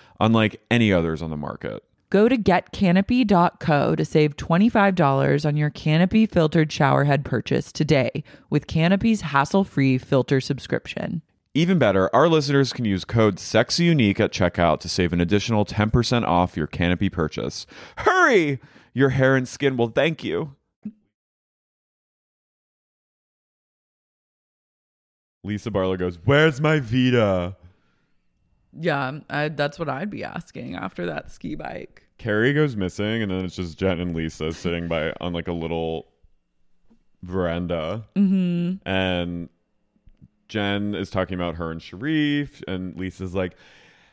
[SPEAKER 3] unlike any others on the market.
[SPEAKER 2] Go to getcanopy.co to save $25 on your Canopy filtered showerhead purchase today with Canopy's hassle free filter subscription.
[SPEAKER 3] Even better, our listeners can use code SEXYUNIQUE at checkout to save an additional 10% off your Canopy purchase. Hurry! Your hair and skin will thank you. Lisa Barlow goes, Where's my Vita?
[SPEAKER 2] Yeah, um, I, that's what I'd be asking after that ski bike.
[SPEAKER 3] Carrie goes missing, and then it's just Jen and Lisa sitting by on like a little veranda. Mm-hmm. And Jen is talking about her and Sharif, and Lisa's like,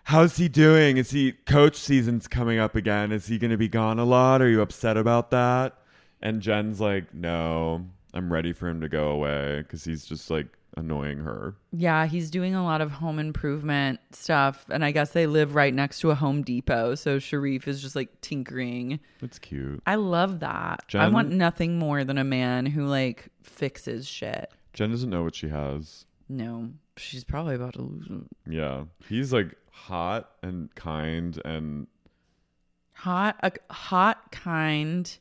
[SPEAKER 3] How's he doing? Is he coach season's coming up again? Is he going to be gone a lot? Are you upset about that? And Jen's like, No, I'm ready for him to go away because he's just like annoying her.
[SPEAKER 2] Yeah, he's doing a lot of home improvement stuff. And I guess they live right next to a Home Depot. So Sharif is just like tinkering.
[SPEAKER 3] It's cute.
[SPEAKER 2] I love that. I
[SPEAKER 3] Jen-
[SPEAKER 2] want nothing more than a man who like fixes shit.
[SPEAKER 3] Jen doesn't know what she has.
[SPEAKER 2] No, she's probably about to lose him.
[SPEAKER 3] Yeah. He's like hot and kind and
[SPEAKER 2] Hot, a hot, kind,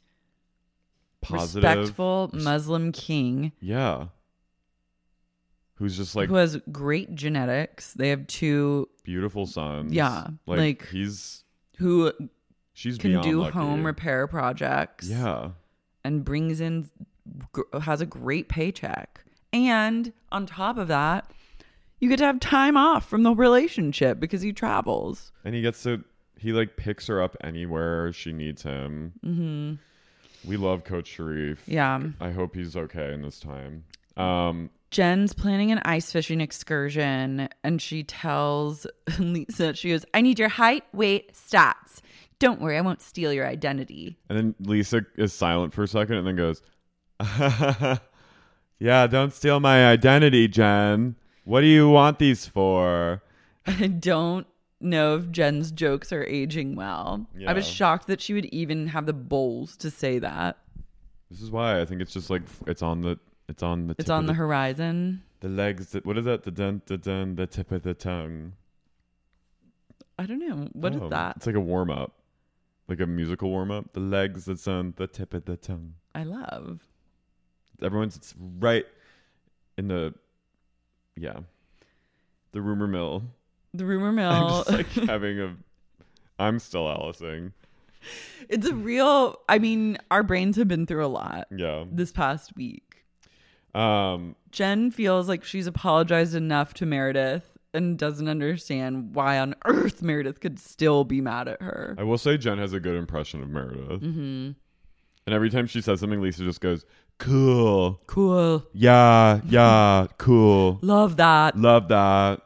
[SPEAKER 3] positive.
[SPEAKER 2] respectful Muslim king
[SPEAKER 3] Yeah. Who's just like
[SPEAKER 2] who has great genetics. They have two
[SPEAKER 3] beautiful sons.
[SPEAKER 2] Yeah,
[SPEAKER 3] Like,
[SPEAKER 2] like-
[SPEAKER 3] he's
[SPEAKER 2] who
[SPEAKER 3] she's
[SPEAKER 2] can
[SPEAKER 3] beyond
[SPEAKER 2] do
[SPEAKER 3] lucky.
[SPEAKER 2] home repair projects.
[SPEAKER 3] Yeah.
[SPEAKER 2] and brings in gr- has a great paycheck. And on top of that, you get to have time off from the relationship because he travels.
[SPEAKER 3] And he gets to he like picks her up anywhere she needs him. Mm-hmm. We love Coach Sharif.
[SPEAKER 2] Mm-hmm. Yeah.
[SPEAKER 3] I hope he's okay in this time. Um
[SPEAKER 2] Jen's planning an ice fishing excursion and she tells Lisa, she goes, I need your height, weight, stats. Don't worry, I won't steal your identity.
[SPEAKER 3] and then Lisa is silent for a second and then goes, Yeah, don't steal my identity, Jen. What do you want these for?
[SPEAKER 2] I don't know if Jen's jokes are aging well. I was
[SPEAKER 3] Yeah.
[SPEAKER 2] shocked that she would even have the balls to say that.
[SPEAKER 3] This is why I think it's just like it's on the it's on the
[SPEAKER 2] It's
[SPEAKER 3] tip
[SPEAKER 2] on
[SPEAKER 3] of
[SPEAKER 2] the horizon.
[SPEAKER 3] the legs that what is that the dun the dun the tip of the tongue.
[SPEAKER 2] I don't know. What is
[SPEAKER 3] Oh,
[SPEAKER 2] that?
[SPEAKER 3] It's like a warm up, like a musical warm up. The legs that's on the tip of the tongue.
[SPEAKER 2] I love.
[SPEAKER 3] Everyone's it's right in the yeah, the rumor mill.
[SPEAKER 2] The rumor
[SPEAKER 3] I'm
[SPEAKER 2] mill.
[SPEAKER 3] just like having a. I'm still Alicing.
[SPEAKER 2] it's a real I mean, our brains have been through a lot
[SPEAKER 3] Yeah.
[SPEAKER 2] this past week.
[SPEAKER 3] Um,
[SPEAKER 2] Jen feels like she's apologized enough to Meredith and doesn't understand why on earth Meredith could still be mad at her.
[SPEAKER 3] I will say Jen has a good impression of Meredith.
[SPEAKER 2] Mm.
[SPEAKER 3] Mm-hmm. And every time she says something, Lisa just goes, cool.
[SPEAKER 2] Cool.
[SPEAKER 3] Yeah, yeah, cool.
[SPEAKER 2] Love that.
[SPEAKER 3] Love that.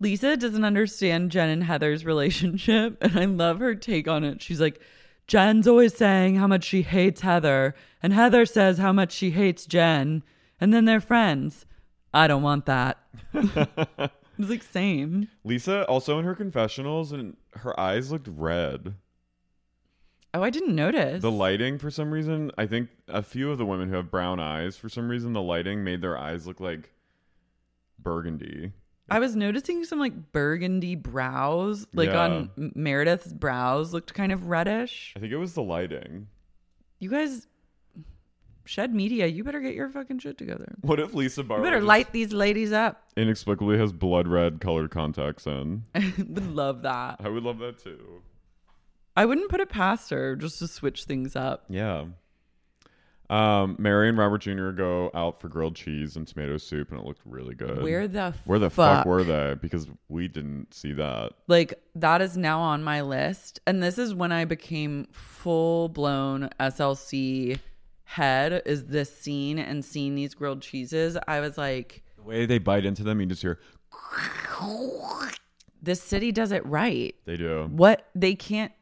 [SPEAKER 2] Lisa doesn't understand Jen and Heather's relationship, and I love her take on it. She's like, Jen's always saying how much she hates Heather, and Heather says how much she hates Jen, and then they're friends. I don't want that. it's like, same.
[SPEAKER 3] Lisa, also in her confessionals, and her eyes looked red.
[SPEAKER 2] Oh, I didn't notice.
[SPEAKER 3] The lighting, for some reason, I think a few of the women who have brown eyes, for some reason, the lighting made their eyes look like burgundy.
[SPEAKER 2] I was noticing some like burgundy brows, like
[SPEAKER 3] Yeah.
[SPEAKER 2] on M- Meredith's brows looked kind of reddish.
[SPEAKER 3] I think it was the lighting.
[SPEAKER 2] You guys, shed media, you better get your fucking shit together.
[SPEAKER 3] What if Lisa
[SPEAKER 2] You
[SPEAKER 3] Barlow
[SPEAKER 2] better
[SPEAKER 3] just
[SPEAKER 2] light these ladies up.
[SPEAKER 3] inexplicably has blood red colored contacts in?
[SPEAKER 2] Would love that.
[SPEAKER 3] I would love that too.
[SPEAKER 2] I wouldn't put it past her just to switch things up.
[SPEAKER 3] Yeah. Um, Mary and Robert Jr. go out for grilled cheese and tomato soup, and it looked really good.
[SPEAKER 2] Where the
[SPEAKER 3] Where the fuck,
[SPEAKER 2] fuck?
[SPEAKER 3] were they? Because we didn't see that.
[SPEAKER 2] Like that is now on my list, and this is when I became full blown SLC head. Is this scene and seeing these grilled cheeses? I was like,
[SPEAKER 3] The way they bite into them, you just hear
[SPEAKER 2] this city does it right.
[SPEAKER 3] they do.
[SPEAKER 2] What they can't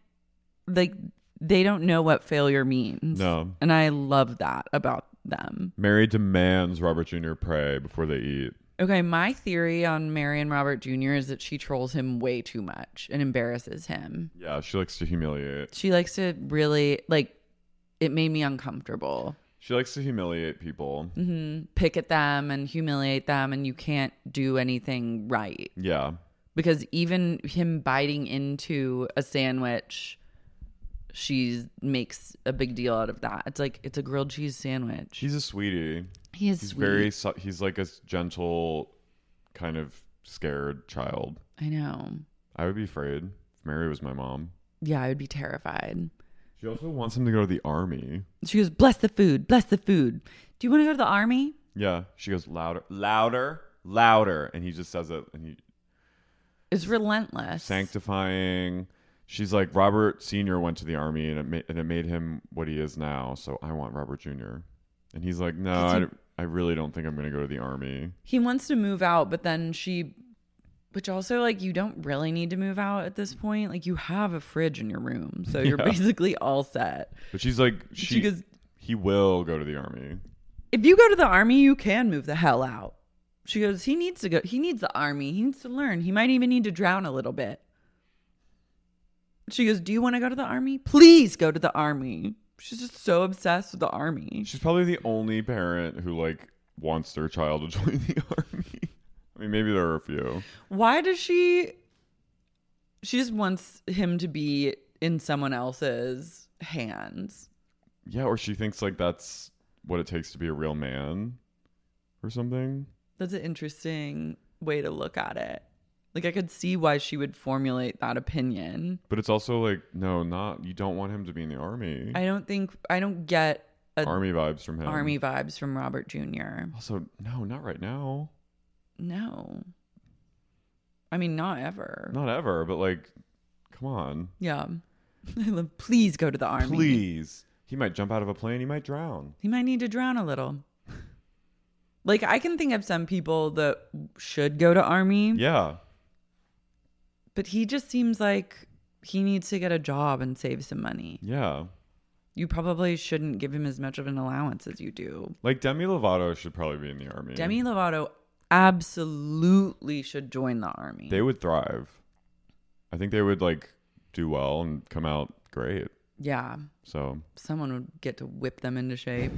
[SPEAKER 2] like, they don't know what failure means.
[SPEAKER 3] No.
[SPEAKER 2] and I love that about them.
[SPEAKER 3] Mary demands Robert Jr. pray before they eat.
[SPEAKER 2] Okay, my theory on Marion Robert Jr. is that she trolls him way too much and embarrasses him.
[SPEAKER 3] Yeah, she likes to humiliate.
[SPEAKER 2] She likes to really like. It made me uncomfortable.
[SPEAKER 3] She likes to humiliate people.
[SPEAKER 2] Pick at them and humiliate them, and you can't do anything right
[SPEAKER 3] Yeah.
[SPEAKER 2] because even him biting into a sandwich, she makes a big deal out of that. It's like it's a grilled cheese sandwich.
[SPEAKER 3] She's a sweetie.
[SPEAKER 2] He is
[SPEAKER 3] He's
[SPEAKER 2] sweet.
[SPEAKER 3] very, so- he's like a s- gentle, kind of scared child.
[SPEAKER 2] I know.
[SPEAKER 3] I would be afraid if Mary was my mom.
[SPEAKER 2] Yeah, I would be terrified.
[SPEAKER 3] She also wants him to go to the army.
[SPEAKER 2] She goes, "Bless the food, bless the food." Do you want to go to the army?
[SPEAKER 3] Yeah. She goes louder, louder, louder. And he just says it and he
[SPEAKER 2] It's relentless.
[SPEAKER 3] sanctifying. She's like, Robert Sr. went to the army and it, ma- and it made him what he is now. So I want Robert Jr. And he's like, no, I, I really don't think I'm going to go to the army.
[SPEAKER 2] he wants to move out, but then she, which also like you don't really need to move out at this point. Like you have a fridge in your room, so you're basically all set.
[SPEAKER 3] But she's like, she,
[SPEAKER 2] She goes-
[SPEAKER 3] he will go to the army.
[SPEAKER 2] If you go to the army, you can move the hell out. She goes, he needs to go. He needs the army. He needs to learn. He might even need to drown a little bit. She goes, do you want to go to the army? Please go to the army. She's just so obsessed with the army.
[SPEAKER 3] She's probably the only parent who like wants their child to join the army. I mean, maybe there are a few.
[SPEAKER 2] Why does she? She just wants him to be in someone else's hands.
[SPEAKER 3] Yeah, or she thinks like that's what it takes to be a real man or something.
[SPEAKER 2] That's an interesting way to look at it. Like I could see why she would formulate that opinion.
[SPEAKER 3] But it's also like, no, not you don't want him to be in the army.
[SPEAKER 2] I don't think I don't get a army,
[SPEAKER 3] Mm-hmm. army vibes from him.
[SPEAKER 2] vibes from Robert Jr.
[SPEAKER 3] Also, no, not right now.
[SPEAKER 2] No. I mean not ever.
[SPEAKER 3] Not ever, but like come on.
[SPEAKER 2] yeah. I love please go to the army.
[SPEAKER 3] Please. He might jump out of a plane, he might drown.
[SPEAKER 2] He might need to drown a little. like I can think of some people that should go to army,
[SPEAKER 3] Yeah.
[SPEAKER 2] but he just seems like he needs to get a job and save some money.
[SPEAKER 3] Yeah.
[SPEAKER 2] You probably shouldn't give him as much of an allowance as you do.
[SPEAKER 3] Like Demi Lovato should probably be in the army.
[SPEAKER 2] Demi Lovato absolutely should join the army.
[SPEAKER 3] They would thrive. I think they would like do well and come out great.
[SPEAKER 2] yeah,
[SPEAKER 3] So
[SPEAKER 2] someone would get to whip them into shape.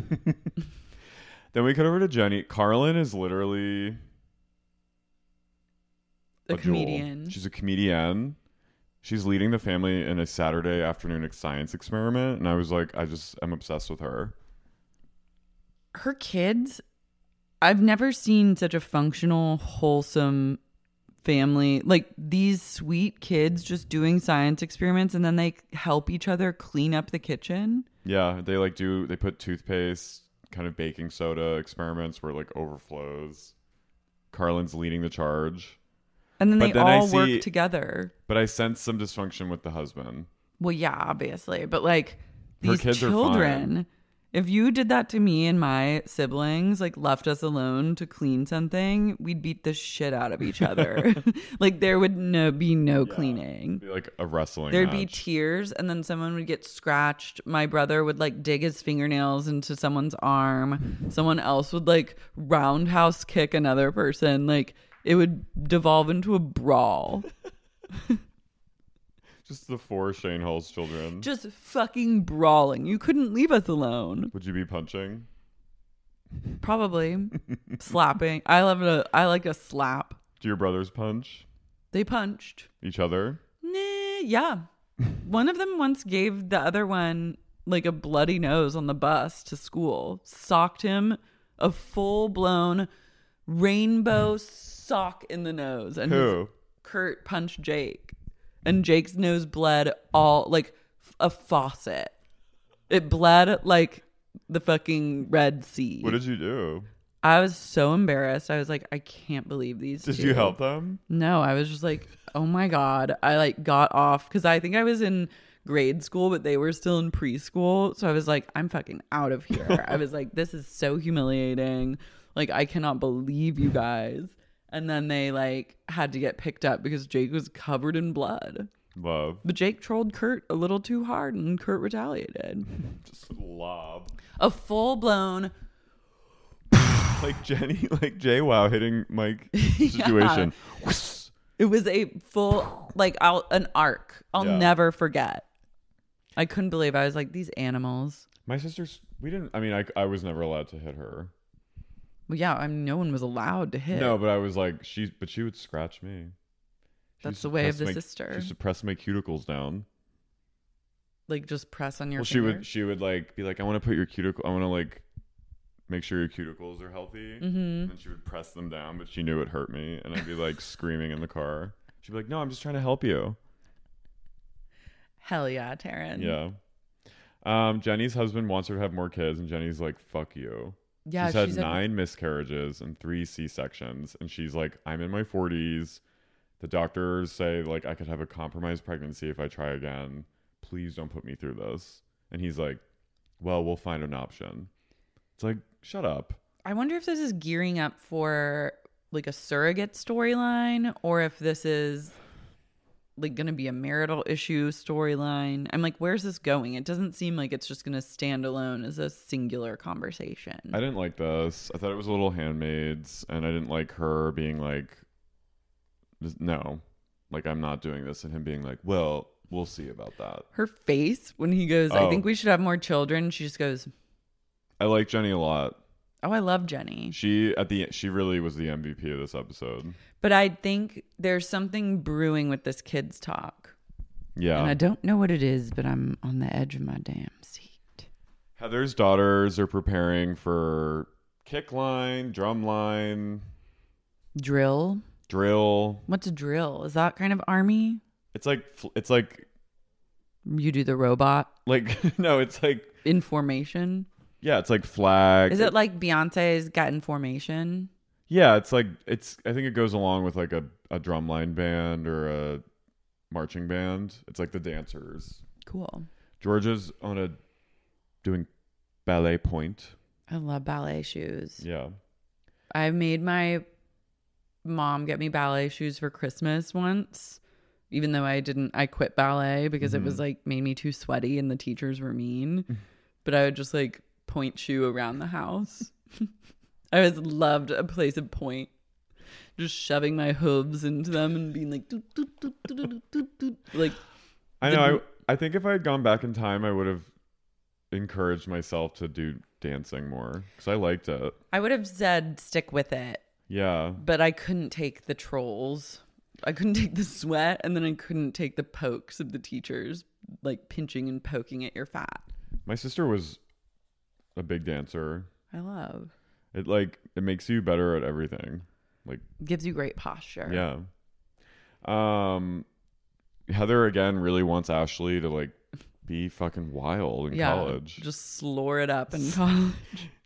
[SPEAKER 3] then we cut over to Jenny. Carlin is literally
[SPEAKER 2] A,
[SPEAKER 3] jewel.
[SPEAKER 2] comedian.
[SPEAKER 3] She's a comedian. She's leading the family in a Saturday afternoon science experiment, and I was like, I just am obsessed with her.
[SPEAKER 2] Her kids, I've never seen such a functional, wholesome family. Like these sweet kids just doing science experiments and then they help each other clean up the kitchen.
[SPEAKER 3] Yeah, they like do they put toothpaste kind of baking soda experiments where it like overflows. Carlin's leading the charge,
[SPEAKER 2] And then
[SPEAKER 3] But
[SPEAKER 2] they
[SPEAKER 3] then I
[SPEAKER 2] all
[SPEAKER 3] see-
[SPEAKER 2] work together.
[SPEAKER 3] but I sense some dysfunction with the husband.
[SPEAKER 2] Well, yeah, obviously, but like
[SPEAKER 3] Her
[SPEAKER 2] these
[SPEAKER 3] kids are
[SPEAKER 2] children.
[SPEAKER 3] fine.
[SPEAKER 2] If you did that to me and my siblings, like left us alone to clean something, we'd beat the shit out of each other. like there would no be no cleaning.
[SPEAKER 3] It'd be like a wrestling.
[SPEAKER 2] There'd be
[SPEAKER 3] match.
[SPEAKER 2] tears and then someone would get scratched. My brother would like dig his fingernails into someone's arm. Someone else would like roundhouse kick another person. Like it would devolve into a brawl.
[SPEAKER 3] just the four Shane Hall's children.
[SPEAKER 2] Just fucking brawling. You couldn't leave us alone.
[SPEAKER 3] Would you be punching?
[SPEAKER 2] Probably slapping. I love a. I like a slap.
[SPEAKER 3] Do your brothers punch
[SPEAKER 2] They punched.
[SPEAKER 3] each other?
[SPEAKER 2] Nah, yeah. one of them once gave the other one like a bloody nose on the bus to school. Socked him a full blown rainbow sock in the nose, and his-
[SPEAKER 3] Who?
[SPEAKER 2] Kurt punched Jake, and Jake's nose bled all like f- a faucet. It bled like the fucking Red Sea.
[SPEAKER 3] What did you do?
[SPEAKER 2] I was so embarrassed. I was like, I can't believe these.
[SPEAKER 3] Did
[SPEAKER 2] two.
[SPEAKER 3] you help them?
[SPEAKER 2] No, I was just like, oh my god. I like got off because I think I was in grade school, but they were still in preschool. So I was like, I'm fucking out of here. I was like, this is so humiliating. Like I cannot believe you guys. And then they like had to get picked up because Jake was covered in blood.
[SPEAKER 3] Love.
[SPEAKER 2] But Jake trolled Kurt a little too hard, and Kurt retaliated.
[SPEAKER 3] Just lob.
[SPEAKER 2] A full blown
[SPEAKER 3] Like Jenny, like Jay Wow hitting Mike situation. Whiss.
[SPEAKER 2] It was a full like I'll, an arc. I'll
[SPEAKER 3] Yeah.
[SPEAKER 2] never forget. I couldn't believe I was like these animals.
[SPEAKER 3] My sister's, we didn't, I mean, I, I was never allowed to hit her.
[SPEAKER 2] Well, yeah, I mean, no one was allowed to hit.
[SPEAKER 3] No, but I was like, she, but she would scratch me. She
[SPEAKER 2] That's
[SPEAKER 3] used
[SPEAKER 2] the
[SPEAKER 3] to
[SPEAKER 2] way of
[SPEAKER 3] press
[SPEAKER 2] the
[SPEAKER 3] my-
[SPEAKER 2] sister.
[SPEAKER 3] She used to press my cuticles down.
[SPEAKER 2] like just press on your.
[SPEAKER 3] well, she would, she would like be like, I want to put your cuticle, I want to like make sure your cuticles are healthy.
[SPEAKER 2] Mm-hmm.
[SPEAKER 3] And then she would press them down, but she knew it hurt me. And I'd be like screaming in the car. She'd be like, No, I'm just trying to help you.
[SPEAKER 2] Hell yeah, Taryn.
[SPEAKER 3] Yeah. Um, Jenny's husband wants her to have more kids, and Jenny's like, "Fuck you."
[SPEAKER 2] Yeah,
[SPEAKER 3] she's had
[SPEAKER 2] she's a-
[SPEAKER 3] nine miscarriages and three C sections, and she's like, "I'm in my 40s. The doctors say like I could have a compromised pregnancy if I try again. Please don't put me through this." And he's like, "Well, we'll find an option." It's like, shut up.
[SPEAKER 2] I wonder if this is gearing up for like a surrogate storyline, or if this is like going to be a marital issue storyline. I'm like, where's this going? It doesn't seem like it's just going to stand alone as a singular conversation.
[SPEAKER 3] I didn't like this. I thought it was a little handmaids, and I didn't like her being like, "This- "No, like I'm not doing this," and him being like, "Well, we'll see about that."
[SPEAKER 2] her face when he goes, I
[SPEAKER 3] Oh.
[SPEAKER 2] think we should have more children. She just goes,
[SPEAKER 3] I like Jenny a lot.
[SPEAKER 2] Oh, I love Jenny.
[SPEAKER 3] She at the she really was the MVP of this episode.
[SPEAKER 2] But I think there's something brewing with this kids talk. And I
[SPEAKER 3] Yeah.
[SPEAKER 2] don't know what it is, but I'm on the edge of my damn seat.
[SPEAKER 3] Heather's daughters are preparing for kick line, drum line,
[SPEAKER 2] Drill?
[SPEAKER 3] drill.
[SPEAKER 2] What's a drill? Is that kind of army?
[SPEAKER 3] It's like fl- it's like
[SPEAKER 2] You do the robot
[SPEAKER 3] like no, it's like
[SPEAKER 2] in formation.
[SPEAKER 3] yeah, it's like flag.
[SPEAKER 2] Is it like Beyonce's got in formation?
[SPEAKER 3] Yeah, it's like it's I think it goes along with like a a drum line band or a marching band. It's like the dancers.
[SPEAKER 2] Cool.
[SPEAKER 3] Georgia's on a doing ballet point.
[SPEAKER 2] I love ballet shoes.
[SPEAKER 3] Yeah.
[SPEAKER 2] I made my mom get me ballet shoes for Christmas once, even though I didn't. I quit ballet because it was like made me too sweaty and the teachers were mean. but I would just like point shoe around the house. I always loved a place of point. Just shoving my hooves into them and being like, doot, doot, doot, doot, doot, doot, doot. like,
[SPEAKER 3] I
[SPEAKER 2] Did
[SPEAKER 3] know.
[SPEAKER 2] you-
[SPEAKER 3] I, I think if I had gone back in time, I would have encouraged myself to do dancing more because I liked it.
[SPEAKER 2] I would have said stick with it,
[SPEAKER 3] Yeah.
[SPEAKER 2] but I couldn't take the trolls. I couldn't take the sweat, and then I couldn't take the pokes of the teachers, like pinching and poking at your fat.
[SPEAKER 3] My sister was a big dancer.
[SPEAKER 2] I love.
[SPEAKER 3] It like it makes you better at everything. Like
[SPEAKER 2] Gives you great posture.
[SPEAKER 3] yeah. Um Heather again really wants Ashley to like be fucking wild in
[SPEAKER 2] yeah,
[SPEAKER 3] college.
[SPEAKER 2] just slore it up in college.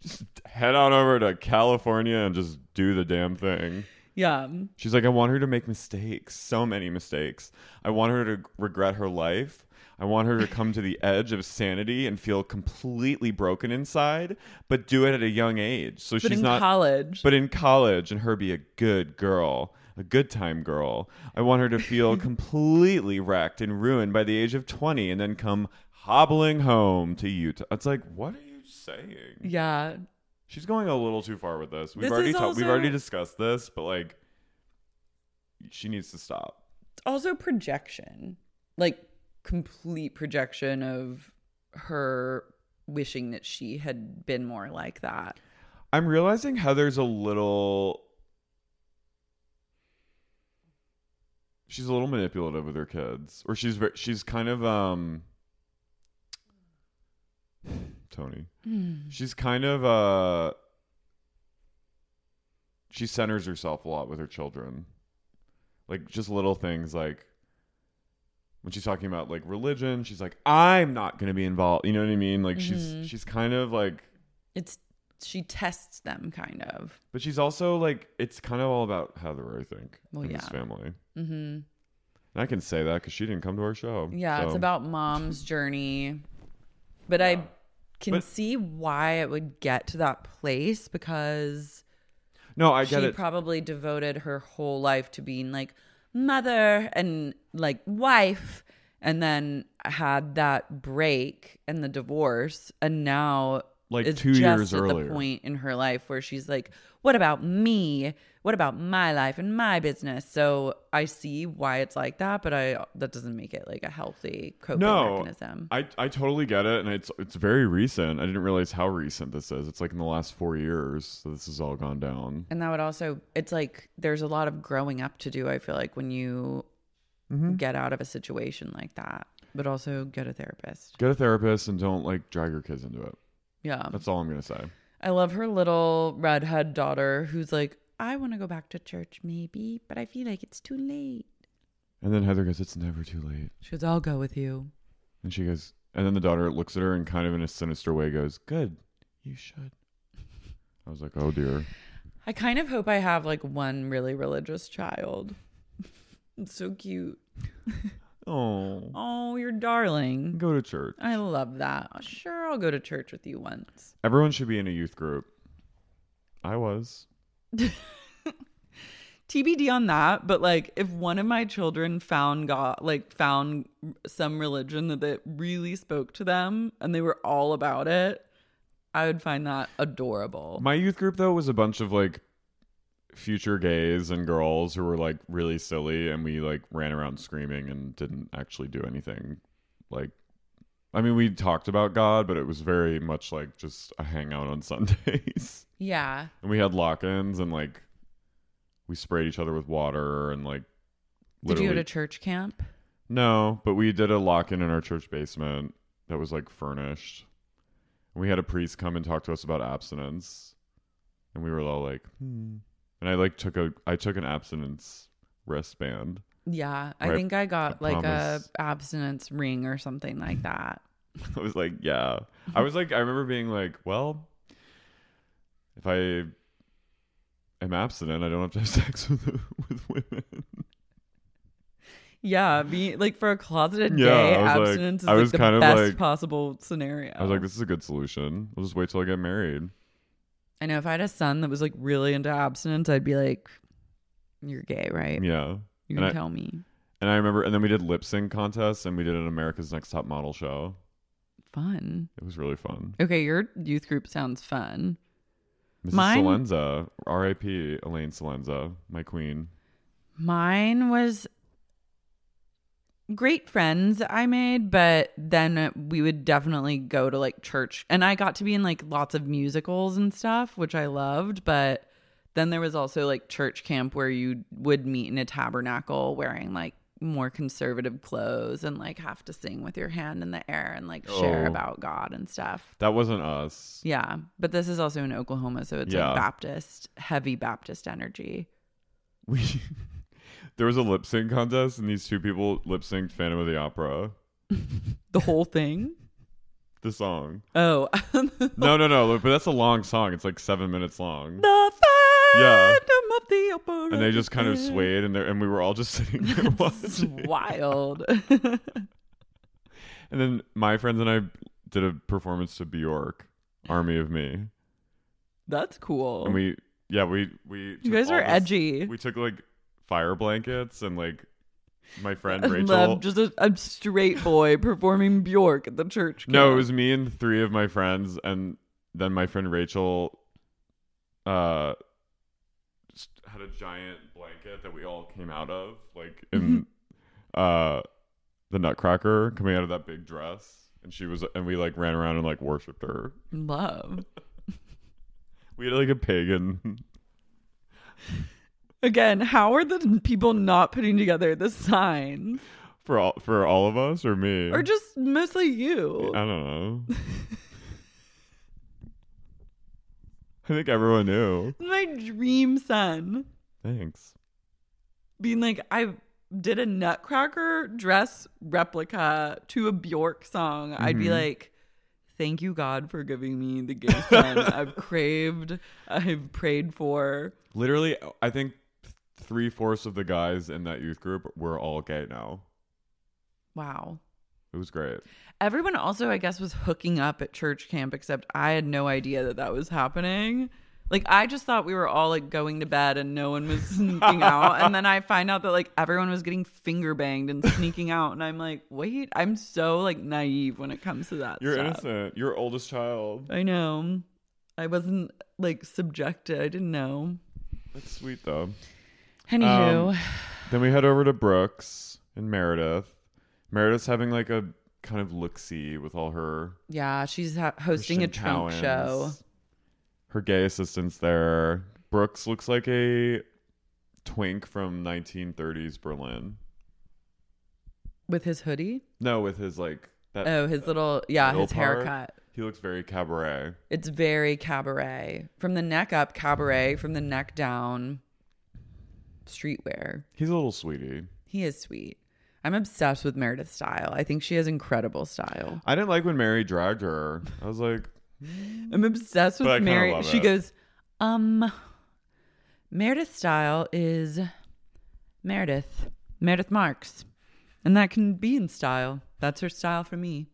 [SPEAKER 3] just head on over to California and just do the damn thing.
[SPEAKER 2] yeah,
[SPEAKER 3] She's like, I want her to make mistakes, so many mistakes. I want her to regret her life. I want her to come to the edge of sanity and feel completely broken inside, but do it at a young age. So
[SPEAKER 2] but
[SPEAKER 3] she's
[SPEAKER 2] in
[SPEAKER 3] not
[SPEAKER 2] college,
[SPEAKER 3] but in college and her be a good girl, a good time girl. I want her to feel completely wrecked and ruined by the age of 20 and then come hobbling home to Utah. It's like, what are you saying?
[SPEAKER 2] yeah,
[SPEAKER 3] She's going a little too far with this. We've
[SPEAKER 2] This
[SPEAKER 3] already
[SPEAKER 2] is
[SPEAKER 3] ta- we've
[SPEAKER 2] also-
[SPEAKER 3] already discussed this, but like she needs to stop.
[SPEAKER 2] It's also projection, like complete projection of her wishing that she had been more like that.
[SPEAKER 3] I'm realizing Heather's a little she's a little manipulative with her kids or she's very, she's kind of um Tony. She's kind of uh she centers herself a lot with her children. Like just little things like when she's talking about like religion, she's like I'm not going to be involved. You know what I mean? Like she's she's kind of like
[SPEAKER 2] It's she tests them kind of.
[SPEAKER 3] but she's also like, it's kind of all about Heather, I think,
[SPEAKER 2] Well,
[SPEAKER 3] and his
[SPEAKER 2] yeah.
[SPEAKER 3] family.
[SPEAKER 2] Mhm.
[SPEAKER 3] And I can say that because she didn't come to our show.
[SPEAKER 2] Yeah, it's
[SPEAKER 3] so-
[SPEAKER 2] about mom's journey. But I can
[SPEAKER 3] But-
[SPEAKER 2] see why it would get to that place because
[SPEAKER 3] No, I get
[SPEAKER 2] she
[SPEAKER 3] it.
[SPEAKER 2] probably devoted her whole life to being like mother and like wife and then had that break and the divorce and now
[SPEAKER 3] Like
[SPEAKER 2] is
[SPEAKER 3] two
[SPEAKER 2] just
[SPEAKER 3] years
[SPEAKER 2] at
[SPEAKER 3] earlier.
[SPEAKER 2] the point in her life where she's like what about me what about my life and my business so i see why it's like that but i that doesn't make it like a healthy coping
[SPEAKER 3] no,
[SPEAKER 2] mechanism
[SPEAKER 3] I I totally get it, and it's it's very recent. I didn't realize how recent this is. It's like in the last four years that this has all gone down.
[SPEAKER 2] And that would also, it's like there's a lot of growing up to do, I feel like, when you
[SPEAKER 3] Mm-hmm.
[SPEAKER 2] get out of a situation like that, but also get a therapist.
[SPEAKER 3] Get a therapist and don't like drag your kids into it.
[SPEAKER 2] Yeah.
[SPEAKER 3] That's all I'm gonna say.
[SPEAKER 2] I love her little redhead daughter who's like, I want to go back to church maybe, but I feel like it's too late.
[SPEAKER 3] And then Heather goes, "It's never too late,"
[SPEAKER 2] She goes, I'll go with you.
[SPEAKER 3] and she goes, and then the daughter looks at her and kind of in a sinister way goes, "Good, you should." I was like, "Oh dear."
[SPEAKER 2] I kind of hope I have like one really religious child. it's so cute.
[SPEAKER 3] Oh,
[SPEAKER 2] Oh, you're darling.
[SPEAKER 3] go to church.
[SPEAKER 2] I love that. Sure, I'll go to church with you once.
[SPEAKER 3] Everyone should be in a youth group. I was.
[SPEAKER 2] TBD on that, but like if one of my children found God, like found some religion that, that really spoke to them and they were all about it, I would find that adorable.
[SPEAKER 3] My youth group though was a bunch of like future gays and girls who were like really silly and we like ran around screaming and didn't actually do anything. Like I mean we talked about God, but it was very much like just a hangout on Sundays.
[SPEAKER 2] yeah.
[SPEAKER 3] and we had lock-ins and like we sprayed each other with water and like
[SPEAKER 2] Did you go
[SPEAKER 3] literally-
[SPEAKER 2] to church camp?
[SPEAKER 3] No, but we did a lock in in our church basement that was like furnished. We had a priest come and talk to us about abstinence, and we were all like, hmm. and I like took a I took an abstinence wristband.
[SPEAKER 2] Yeah. I
[SPEAKER 3] Right.
[SPEAKER 2] think I got
[SPEAKER 3] I
[SPEAKER 2] like
[SPEAKER 3] promise.
[SPEAKER 2] a abstinence ring or something like that.
[SPEAKER 3] I was like, yeah. I was like, I remember being like, well, if I am abstinent, I don't have to have sex with with women.
[SPEAKER 2] Yeah, be like for a closeted
[SPEAKER 3] Yeah,
[SPEAKER 2] gay,
[SPEAKER 3] I was like-
[SPEAKER 2] abstinence is
[SPEAKER 3] I
[SPEAKER 2] like
[SPEAKER 3] was
[SPEAKER 2] the
[SPEAKER 3] kind of
[SPEAKER 2] best
[SPEAKER 3] like-
[SPEAKER 2] possible scenario.
[SPEAKER 3] I was like, this is a good solution. I'll just wait till I get married.
[SPEAKER 2] I know if I had a son that was like really into abstinence, I'd be like, "You're gay, right?
[SPEAKER 3] Yeah.
[SPEAKER 2] You
[SPEAKER 3] And
[SPEAKER 2] can
[SPEAKER 3] I-
[SPEAKER 2] tell me."
[SPEAKER 3] And I remember, and then we did lip sync contests, and we did an America's Next Top Model show.
[SPEAKER 2] Fun.
[SPEAKER 3] It was really fun.
[SPEAKER 2] Okay, your youth group sounds fun.
[SPEAKER 3] Mrs.
[SPEAKER 2] Mine-
[SPEAKER 3] Salenza, R.I.P. Elaine Salenza, my queen.
[SPEAKER 2] Mine was great friends I made, but then we would definitely go to like church. And I got to be in like lots of musicals and stuff, which I loved, but then there was also like church camp where you would meet in a tabernacle wearing like more conservative clothes and like have to sing with your hand in the air and like share
[SPEAKER 3] Oh.
[SPEAKER 2] about God and stuff.
[SPEAKER 3] That wasn't us.
[SPEAKER 2] Yeah, but this is also in Oklahoma, so it's
[SPEAKER 3] Yeah.
[SPEAKER 2] like Baptist, heavy Baptist energy.
[SPEAKER 3] We there was a lip sync contest, and these two people lip synced Phantom of the Opera.
[SPEAKER 2] The whole thing?
[SPEAKER 3] The song.
[SPEAKER 2] Oh.
[SPEAKER 3] No, no, no. But that's a long song. It's like seven minutes long.
[SPEAKER 2] The
[SPEAKER 3] Yeah.
[SPEAKER 2] Phantom of the Opera.
[SPEAKER 3] And they just kind of swayed, and there, and we were all just sitting there
[SPEAKER 2] It's
[SPEAKER 3] watching.
[SPEAKER 2] wild.
[SPEAKER 3] And then my friends and I did a performance to Bjork, Army of Me,
[SPEAKER 2] That's cool.
[SPEAKER 3] and we, yeah, we we. took
[SPEAKER 2] guys
[SPEAKER 3] all
[SPEAKER 2] are edgy.
[SPEAKER 3] We took like fire blankets and like my friend
[SPEAKER 2] I
[SPEAKER 3] Rachel.
[SPEAKER 2] love just a, a straight boy performing Bjork at the church.
[SPEAKER 3] No, it
[SPEAKER 2] camp.
[SPEAKER 3] was me and three of my friends, and then my friend Rachel uh, s- had a giant blanket that we all came out of, like
[SPEAKER 2] Mm-hmm.
[SPEAKER 3] in uh, the Nutcracker, coming out of that big dress, and she was, and we like ran around and like worshipped her.
[SPEAKER 2] love.
[SPEAKER 3] We had like a pagan.
[SPEAKER 2] Again, how are the people not putting together the signs?
[SPEAKER 3] For all for all of us or me
[SPEAKER 2] Or just mostly
[SPEAKER 3] I
[SPEAKER 2] you?
[SPEAKER 3] don't know. I think everyone knew.
[SPEAKER 2] My dream son
[SPEAKER 3] Thanks.
[SPEAKER 2] being like, I did a Nutcracker dress replica to a Bjork song. I'd be like, thank you, God, for giving me the gay son I've craved, I've prayed for.
[SPEAKER 3] Literally, I think three fourths of the guys in that youth group were all gay now.
[SPEAKER 2] Wow.
[SPEAKER 3] It was great.
[SPEAKER 2] Everyone also, I guess, was hooking up at church camp, except I had no idea that that was happening. Like, I just thought we were all like going to bed and no one was sneaking out. And then I find out that like everyone was getting finger banged and sneaking out. And I'm like, wait, I'm so like naive when it comes to that
[SPEAKER 3] You're
[SPEAKER 2] stuff.
[SPEAKER 3] innocent. You're oldest child.
[SPEAKER 2] I know. I wasn't like subjected. I didn't know.
[SPEAKER 3] That's sweet though.
[SPEAKER 2] Anywho,
[SPEAKER 3] Um, Then we head over to Brooks and Meredith. Meredith's having like a kind of look see with all her
[SPEAKER 2] yeah, she's ha- hosting a
[SPEAKER 3] Christian
[SPEAKER 2] trunk show.
[SPEAKER 3] Cowans. Her gay assistant's there. Brooks looks like a twink from 1930s Berlin.
[SPEAKER 2] with his hoodie.
[SPEAKER 3] No, with his like that.
[SPEAKER 2] Oh, his little yeah,
[SPEAKER 3] middle
[SPEAKER 2] his
[SPEAKER 3] part.
[SPEAKER 2] haircut.
[SPEAKER 3] He looks very cabaret.
[SPEAKER 2] It's very cabaret. From the neck up, cabaret. From the neck down, streetwear.
[SPEAKER 3] He's a little sweetie.
[SPEAKER 2] He is sweet. I'm obsessed with Meredith's style. I think she has incredible style.
[SPEAKER 3] I didn't like when Mary dragged her. I was like,
[SPEAKER 2] I'm obsessed
[SPEAKER 3] But I
[SPEAKER 2] with
[SPEAKER 3] kinda
[SPEAKER 2] Mary.
[SPEAKER 3] love
[SPEAKER 2] She
[SPEAKER 3] it.
[SPEAKER 2] goes, um, Meredith's style is Meredith, Meredith Marks. And that can be in style. That's her style for me.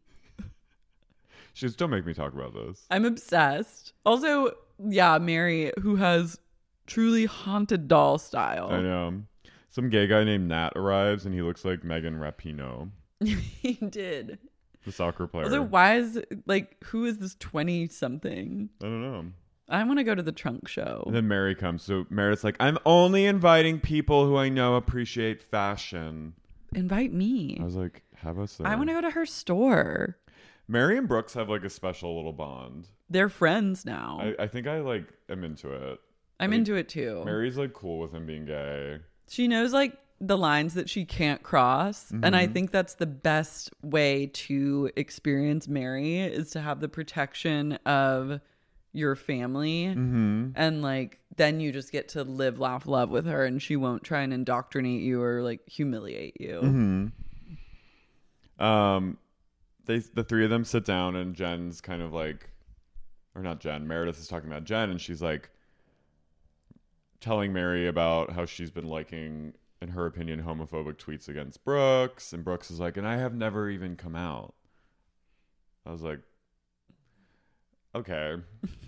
[SPEAKER 3] she goes, don't make me talk about this.
[SPEAKER 2] I'm obsessed. Also, yeah, Mary, who has truly haunted doll style.
[SPEAKER 3] I know. Some gay guy named Nat arrives and he looks like Megan Rapino,
[SPEAKER 2] he did.
[SPEAKER 3] the soccer player.
[SPEAKER 2] Also, why is like who is this twenty something?
[SPEAKER 3] I don't know.
[SPEAKER 2] I want to go to the trunk show.
[SPEAKER 3] And then Mary comes. So Meredith's like, I'm only inviting people who I know appreciate fashion.
[SPEAKER 2] Invite me.
[SPEAKER 3] I was like, have us there.
[SPEAKER 2] I want to go to her store.
[SPEAKER 3] Mary and Brooks have like a special little bond.
[SPEAKER 2] They're friends now.
[SPEAKER 3] I, I think I like am into it.
[SPEAKER 2] I, am
[SPEAKER 3] like,
[SPEAKER 2] into it too.
[SPEAKER 3] Mary's like cool with him being gay.
[SPEAKER 2] she knows like the lines that she can't cross, and
[SPEAKER 3] Mm-hmm.
[SPEAKER 2] I think that's the best way to experience Mary is to have the protection of your family,
[SPEAKER 3] Mm-hmm.
[SPEAKER 2] and like then you just get to live, laugh, love with her, and she won't try and indoctrinate you or like humiliate you.
[SPEAKER 3] Mm-hmm. Um, they the three of them sit down, and Jen's kind of like, or not Jen. Meredith is talking about Jen, and she's like telling Mary about how she's been liking, in her opinion, homophobic tweets against Brooks, and Brooks is like, and I have never even come out. I was like, okay,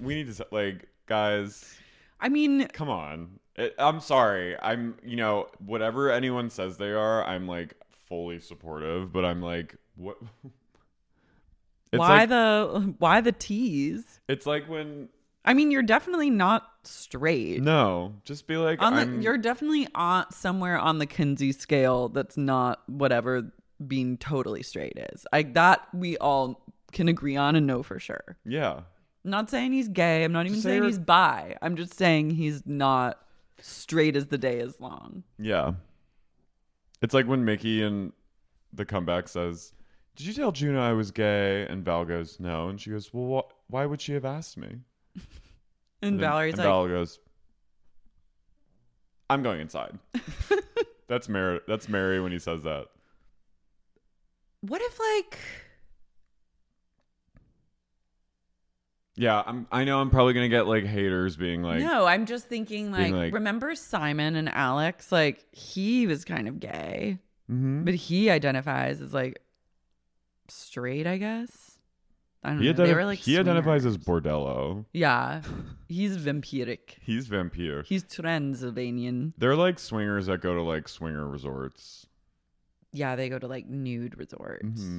[SPEAKER 3] we need to se- like, guys,
[SPEAKER 2] I mean,
[SPEAKER 3] come on. It, I'm sorry. I'm, you know, whatever anyone says they are, I'm like fully supportive, but I'm like, what? It's
[SPEAKER 2] why
[SPEAKER 3] like,
[SPEAKER 2] the why the tease?
[SPEAKER 3] It's like when
[SPEAKER 2] I mean, you're definitely not straight.
[SPEAKER 3] no, just be like,
[SPEAKER 2] on the,
[SPEAKER 3] I'm-
[SPEAKER 2] you're definitely on somewhere on the Kinsey scale that's not whatever being totally straight is. Like that we all can agree on and know for sure.
[SPEAKER 3] yeah.
[SPEAKER 2] I'm not saying he's gay. I'm not even
[SPEAKER 3] Just say
[SPEAKER 2] saying
[SPEAKER 3] you're-
[SPEAKER 2] he's bi. I'm just saying he's not straight as the day is long.
[SPEAKER 3] Yeah. It's like when Mickey in the comeback says, Did you tell Juno I was gay? And Val goes, No. And she goes, Well, wh- why would she have asked me?
[SPEAKER 2] And,
[SPEAKER 3] then-
[SPEAKER 2] Valerie's
[SPEAKER 3] and
[SPEAKER 2] like,
[SPEAKER 3] Val goes, I'm going inside. that's Mary. That's Mary when he says that.
[SPEAKER 2] what if like
[SPEAKER 3] Yeah, I'm, I know I'm probably gonna get like haters being like,
[SPEAKER 2] no, I'm just thinking like,
[SPEAKER 3] Being like-
[SPEAKER 2] remember Simon and Alex? Like he was kind of gay,
[SPEAKER 3] Mhm.
[SPEAKER 2] but he identifies as like straight, I guess. I don't
[SPEAKER 3] he,
[SPEAKER 2] know. They
[SPEAKER 3] identi-
[SPEAKER 2] were like
[SPEAKER 3] he identifies as
[SPEAKER 2] swingers.
[SPEAKER 3] bordello.
[SPEAKER 2] Yeah, he's vampiric.
[SPEAKER 3] He's vampire.
[SPEAKER 2] He's Transylvanian.
[SPEAKER 3] They're like swingers that go to like swinger resorts.
[SPEAKER 2] Yeah, they go to like nude resorts.
[SPEAKER 3] Mm-hmm.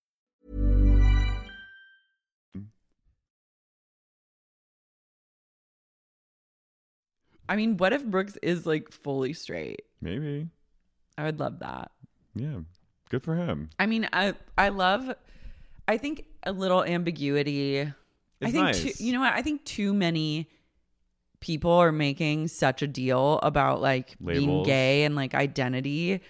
[SPEAKER 2] I mean, what if Brooks is like fully straight?
[SPEAKER 3] Maybe.
[SPEAKER 2] I would love that.
[SPEAKER 3] Yeah. Good for him.
[SPEAKER 2] I mean, I I love. I think a little ambiguity. I
[SPEAKER 3] It's
[SPEAKER 2] think
[SPEAKER 3] nice.
[SPEAKER 2] too, you know what? I think too many people are making such a deal about like being
[SPEAKER 3] Labels.
[SPEAKER 2] gay and like identity,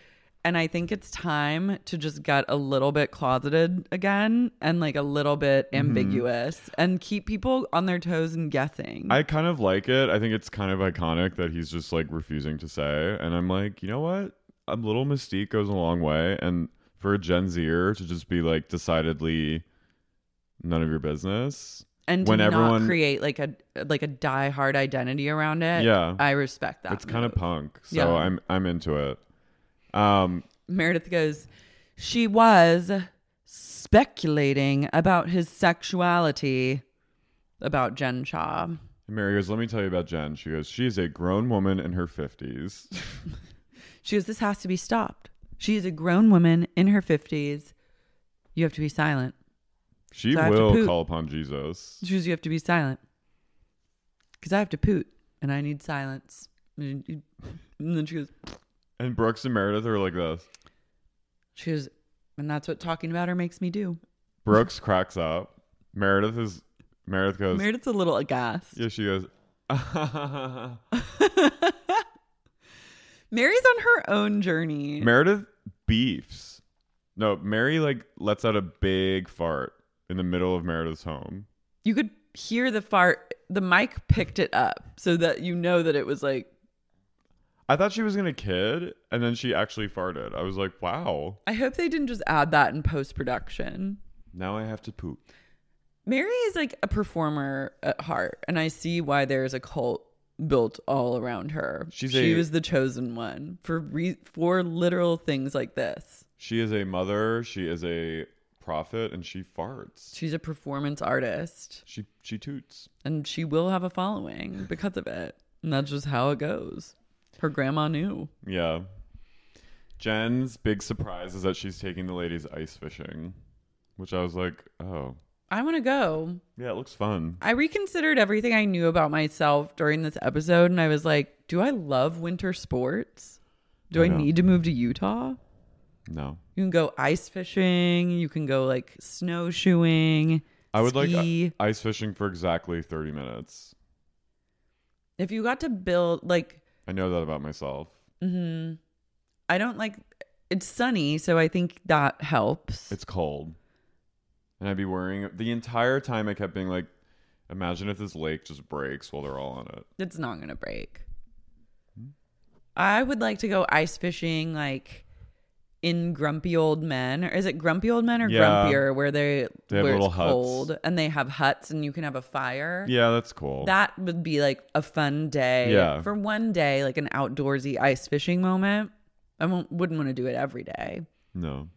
[SPEAKER 2] and I think it's time to just get a little bit closeted again and like a little bit
[SPEAKER 3] Mm-hmm.
[SPEAKER 2] ambiguous and keep people on their toes and guessing.
[SPEAKER 3] I kind of like it. I think it's kind of iconic that he's just like refusing to say. And I'm like, you know what? A little mystique goes a long way. And for a Gen Zer to just be like decidedly none of your business.
[SPEAKER 2] and to
[SPEAKER 3] when
[SPEAKER 2] not
[SPEAKER 3] everyone-
[SPEAKER 2] create like a like a diehard identity around it.
[SPEAKER 3] Yeah.
[SPEAKER 2] I respect that.
[SPEAKER 3] it's kind of
[SPEAKER 2] move.
[SPEAKER 3] punk. So
[SPEAKER 2] Yeah.
[SPEAKER 3] I'm I'm into it. Um
[SPEAKER 2] Meredith goes, She was speculating about his sexuality about Jen Shaw.
[SPEAKER 3] and Mary goes, let me tell you about Jen. She goes, She is a grown woman in her fifties.
[SPEAKER 2] She goes, This has to be stopped. She is a grown woman in her 50s. You have to be silent.
[SPEAKER 3] she
[SPEAKER 2] So I have to
[SPEAKER 3] will
[SPEAKER 2] poop.
[SPEAKER 3] call upon Jesus.
[SPEAKER 2] She goes, You have to be silent. Because I have to poot and I need silence. And you- and then she goes,
[SPEAKER 3] And Brooks and Meredith are like this.
[SPEAKER 2] She goes, and that's what talking about her makes me do.
[SPEAKER 3] Brooks cracks up. Meredith is Meredith goes
[SPEAKER 2] Meredith's a little aghast.
[SPEAKER 3] Yeah, she goes
[SPEAKER 2] Mary's on her own journey.
[SPEAKER 3] Meredith beefs. No, Mary like lets out a big fart in the middle of Meredith's home.
[SPEAKER 2] you could hear the fart the mic picked it up so that you know that it was like
[SPEAKER 3] I thought she was gonna kid, and then she actually farted. I was like, wow.
[SPEAKER 2] i hope they didn't just add that in post-production
[SPEAKER 3] Now I have to poop.
[SPEAKER 2] mary is like a performer at heart and i see why there's a cult built all around her
[SPEAKER 3] She's
[SPEAKER 2] she
[SPEAKER 3] a-
[SPEAKER 2] was the chosen one for re- for literal things like this
[SPEAKER 3] She is a mother. She is a prophet, and she farts.
[SPEAKER 2] she's a performance artist
[SPEAKER 3] She she toots.
[SPEAKER 2] and she will have a following because of it and that's just how it goes her grandma knew
[SPEAKER 3] Yeah. Jen's big surprise is that she's taking the ladies ice fishing, which I was like, oh
[SPEAKER 2] i want to go
[SPEAKER 3] yeah, it looks fun.
[SPEAKER 2] I reconsidered everything I knew about myself during this episode, and I was like, do I love winter sports? Do I,
[SPEAKER 3] I know.
[SPEAKER 2] need to move to Utah?
[SPEAKER 3] No,
[SPEAKER 2] You can go ice fishing, you can go like snowshoeing.
[SPEAKER 3] I would like uh,
[SPEAKER 2] ski.
[SPEAKER 3] i- ice fishing for exactly thirty minutes.
[SPEAKER 2] if you got to build like
[SPEAKER 3] I know that about myself.
[SPEAKER 2] mhm. I don't like it's sunny, so I think that helps.
[SPEAKER 3] It's cold. And I'd be worrying the entire time I kept being like, imagine if this lake just breaks while they're all on it.
[SPEAKER 2] it's not gonna break. I would like to go ice fishing like in grumpy old men or is it grumpy old men or
[SPEAKER 3] Yeah.
[SPEAKER 2] grumpier where they,
[SPEAKER 3] They have
[SPEAKER 2] where
[SPEAKER 3] little
[SPEAKER 2] it's
[SPEAKER 3] huts.
[SPEAKER 2] cold and they have huts and you can have a fire
[SPEAKER 3] Yeah, that's cool.
[SPEAKER 2] that would be like a fun day
[SPEAKER 3] Yeah.
[SPEAKER 2] for one day like an outdoorsy ice fishing moment i won't, wouldn't want to do it every day
[SPEAKER 3] no.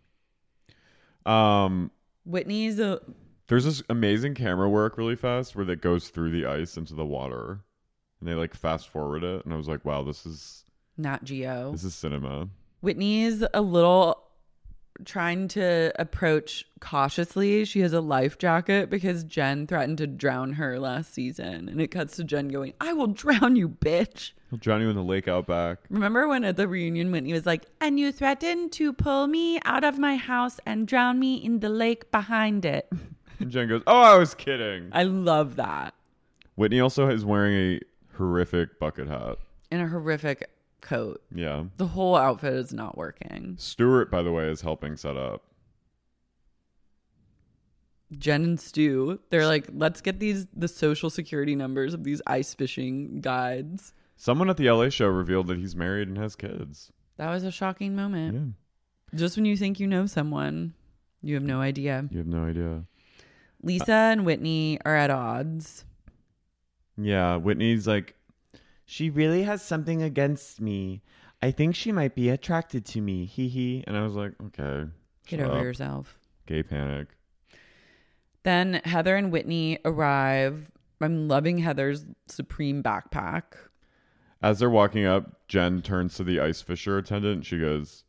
[SPEAKER 3] Um
[SPEAKER 2] whitney's a
[SPEAKER 3] there's this amazing camera work really fast where that goes through the ice into the water. And they like fast forward it and I was like, wow, this is
[SPEAKER 2] not geo
[SPEAKER 3] this is cinema.
[SPEAKER 2] Whitney's a little trying to approach cautiously. She has a life jacket because Jen threatened to drown her last season. And it cuts to Jen going, I will drown you, bitch.
[SPEAKER 3] He'll drown you in the lake out back.
[SPEAKER 2] Remember when at the reunion, Whitney was like, And you threatened to pull me out of my house and drown me in the lake behind it.
[SPEAKER 3] And Jen goes, "Oh, I was kidding."
[SPEAKER 2] I love that.
[SPEAKER 3] Whitney also is wearing a horrific bucket hat.
[SPEAKER 2] And a horrific coat.
[SPEAKER 3] Yeah.
[SPEAKER 2] The whole outfit is not working.
[SPEAKER 3] Stuart, by the way, is helping set up.
[SPEAKER 2] Jen and Stu, they're like, let's get these the social security numbers of these ice fishing guides.
[SPEAKER 3] Someone at the LA show revealed that he's married and has kids.
[SPEAKER 2] That was a shocking moment.
[SPEAKER 3] Yeah.
[SPEAKER 2] Just when you think you know someone, you have no idea.
[SPEAKER 3] You have no idea.
[SPEAKER 2] Lisa and Whitney are at odds.
[SPEAKER 3] Yeah, Whitney's like, she really has something against me. I think she might be attracted to me. Hee hee. And I was like, okay.
[SPEAKER 2] Get
[SPEAKER 3] shut
[SPEAKER 2] over
[SPEAKER 3] up.
[SPEAKER 2] yourself.
[SPEAKER 3] Gay panic.
[SPEAKER 2] Then Heather and Whitney arrive. I'm loving Heather's Supreme backpack.
[SPEAKER 3] As they're walking up, Jen turns to the ice fisher attendant. and She goes,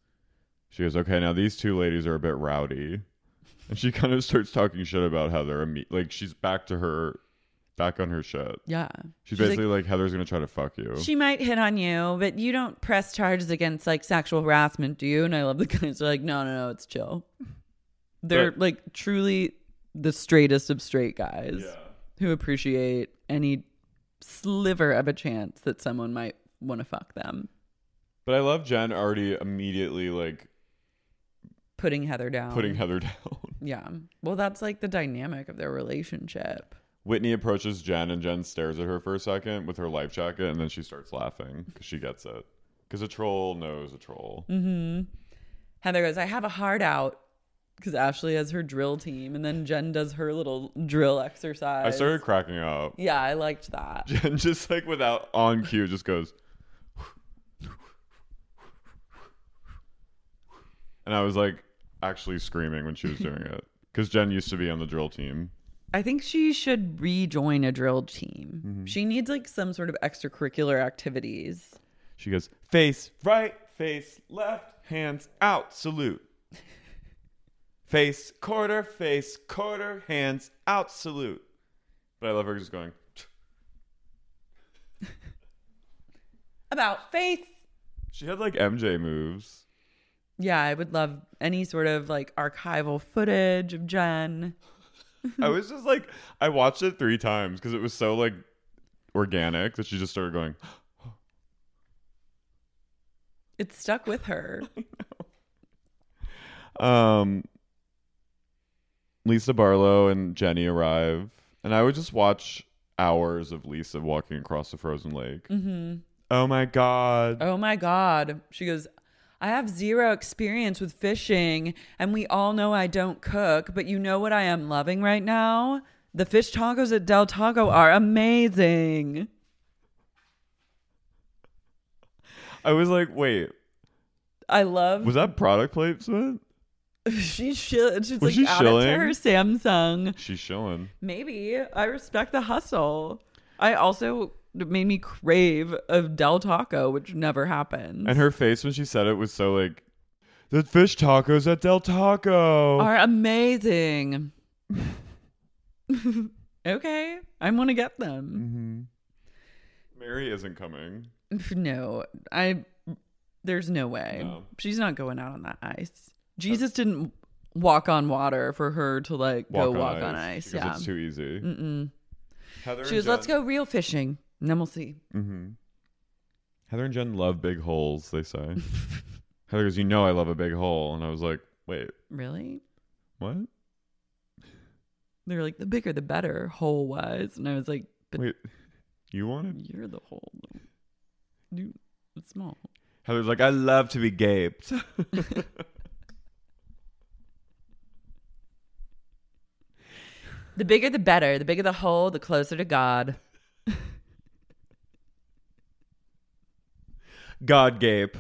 [SPEAKER 3] she goes, okay, now these two ladies are a bit rowdy. And she kind of starts talking shit about Heather. And me, like, she's back to her, back on her shit.
[SPEAKER 2] Yeah.
[SPEAKER 3] She's,
[SPEAKER 2] She's
[SPEAKER 3] basically like, Heather's going to try to fuck you.
[SPEAKER 2] She might hit on you, but you don't press charges against like sexual harassment, do you? And I love the guys are like, no, no, no, it's chill. They're
[SPEAKER 3] But-
[SPEAKER 2] like truly the straightest of straight guys
[SPEAKER 3] Yeah.
[SPEAKER 2] who appreciate any sliver of a chance that someone might want to fuck them.
[SPEAKER 3] But I love Jen already immediately, like,
[SPEAKER 2] Putting Heather down.
[SPEAKER 3] putting Heather down.
[SPEAKER 2] Yeah. Well, that's like the dynamic of their relationship.
[SPEAKER 3] Whitney approaches Jen, and Jen stares at her for a second with her life jacket, and then she starts laughing because she gets it. Because a troll knows a troll.
[SPEAKER 2] hmm Heather goes, I have a heart out because Ashley has her drill team, and then Jen does her little drill exercise.
[SPEAKER 3] I started cracking up.
[SPEAKER 2] Yeah, I liked that.
[SPEAKER 3] Jen just like without on cue just goes, and I was like actually screaming when she was doing it because Jen used to be on the drill team.
[SPEAKER 2] I think she should rejoin a drill team.
[SPEAKER 3] Mm-hmm.
[SPEAKER 2] She needs like some sort of extracurricular activities.
[SPEAKER 3] She goes face right, face left, hands out, salute. Face quarter, face quarter, hands out, salute. But I love her just going.
[SPEAKER 2] About faith.
[SPEAKER 3] She had like MJ moves.
[SPEAKER 2] Yeah, I would love any sort of like archival footage of Jen.
[SPEAKER 3] I was just like, I watched it three times because it was so like organic that she just started going.
[SPEAKER 2] It stuck with her.
[SPEAKER 3] Um, Lisa Barlow and Jenny arrive, and I would just watch hours of Lisa walking across the frozen lake. Mm-hmm. Oh my god!
[SPEAKER 2] oh my God. She goes, I have zero experience with fishing, and we all know I don't cook, but you know what I am loving right now? The fish tacos at Del Taco are amazing.
[SPEAKER 3] I was like, wait,
[SPEAKER 2] I love.
[SPEAKER 3] was that product placement?
[SPEAKER 2] she shill- she's
[SPEAKER 3] Was
[SPEAKER 2] like
[SPEAKER 3] she
[SPEAKER 2] out
[SPEAKER 3] shilling?
[SPEAKER 2] to her Samsung.
[SPEAKER 3] She's shilling.
[SPEAKER 2] Maybe I respect the hustle. I also it made me crave a Del Taco, which never happens.
[SPEAKER 3] And her face when she said it was so like, the fish tacos at Del Taco.
[SPEAKER 2] are amazing. okay, I want to get them.
[SPEAKER 3] Mary isn't coming.
[SPEAKER 2] No, I. There's no way
[SPEAKER 3] Mm-hmm. No.
[SPEAKER 2] she's not going out on that ice. Jesus didn't walk on water for her to like go walk on ice.
[SPEAKER 3] because
[SPEAKER 2] yeah,
[SPEAKER 3] it's too easy.
[SPEAKER 2] Mm-mm.
[SPEAKER 3] Heather
[SPEAKER 2] she was.
[SPEAKER 3] and
[SPEAKER 2] Let's
[SPEAKER 3] Jen-
[SPEAKER 2] go real fishing, and then we'll see.
[SPEAKER 3] Mm-hmm. Heather and Jen love big holes, they say. Heather goes, You know, I love a big hole. And I was like, Wait,
[SPEAKER 2] Really?
[SPEAKER 3] what?
[SPEAKER 2] They're like the bigger the better, hole wise, and I was like, but
[SPEAKER 3] Wait, you wanted?
[SPEAKER 2] You're the whole. You, it's small.
[SPEAKER 3] Heather's like, I love to be gaped.
[SPEAKER 2] The bigger the better. The bigger the hole, the closer to God.
[SPEAKER 3] God gape.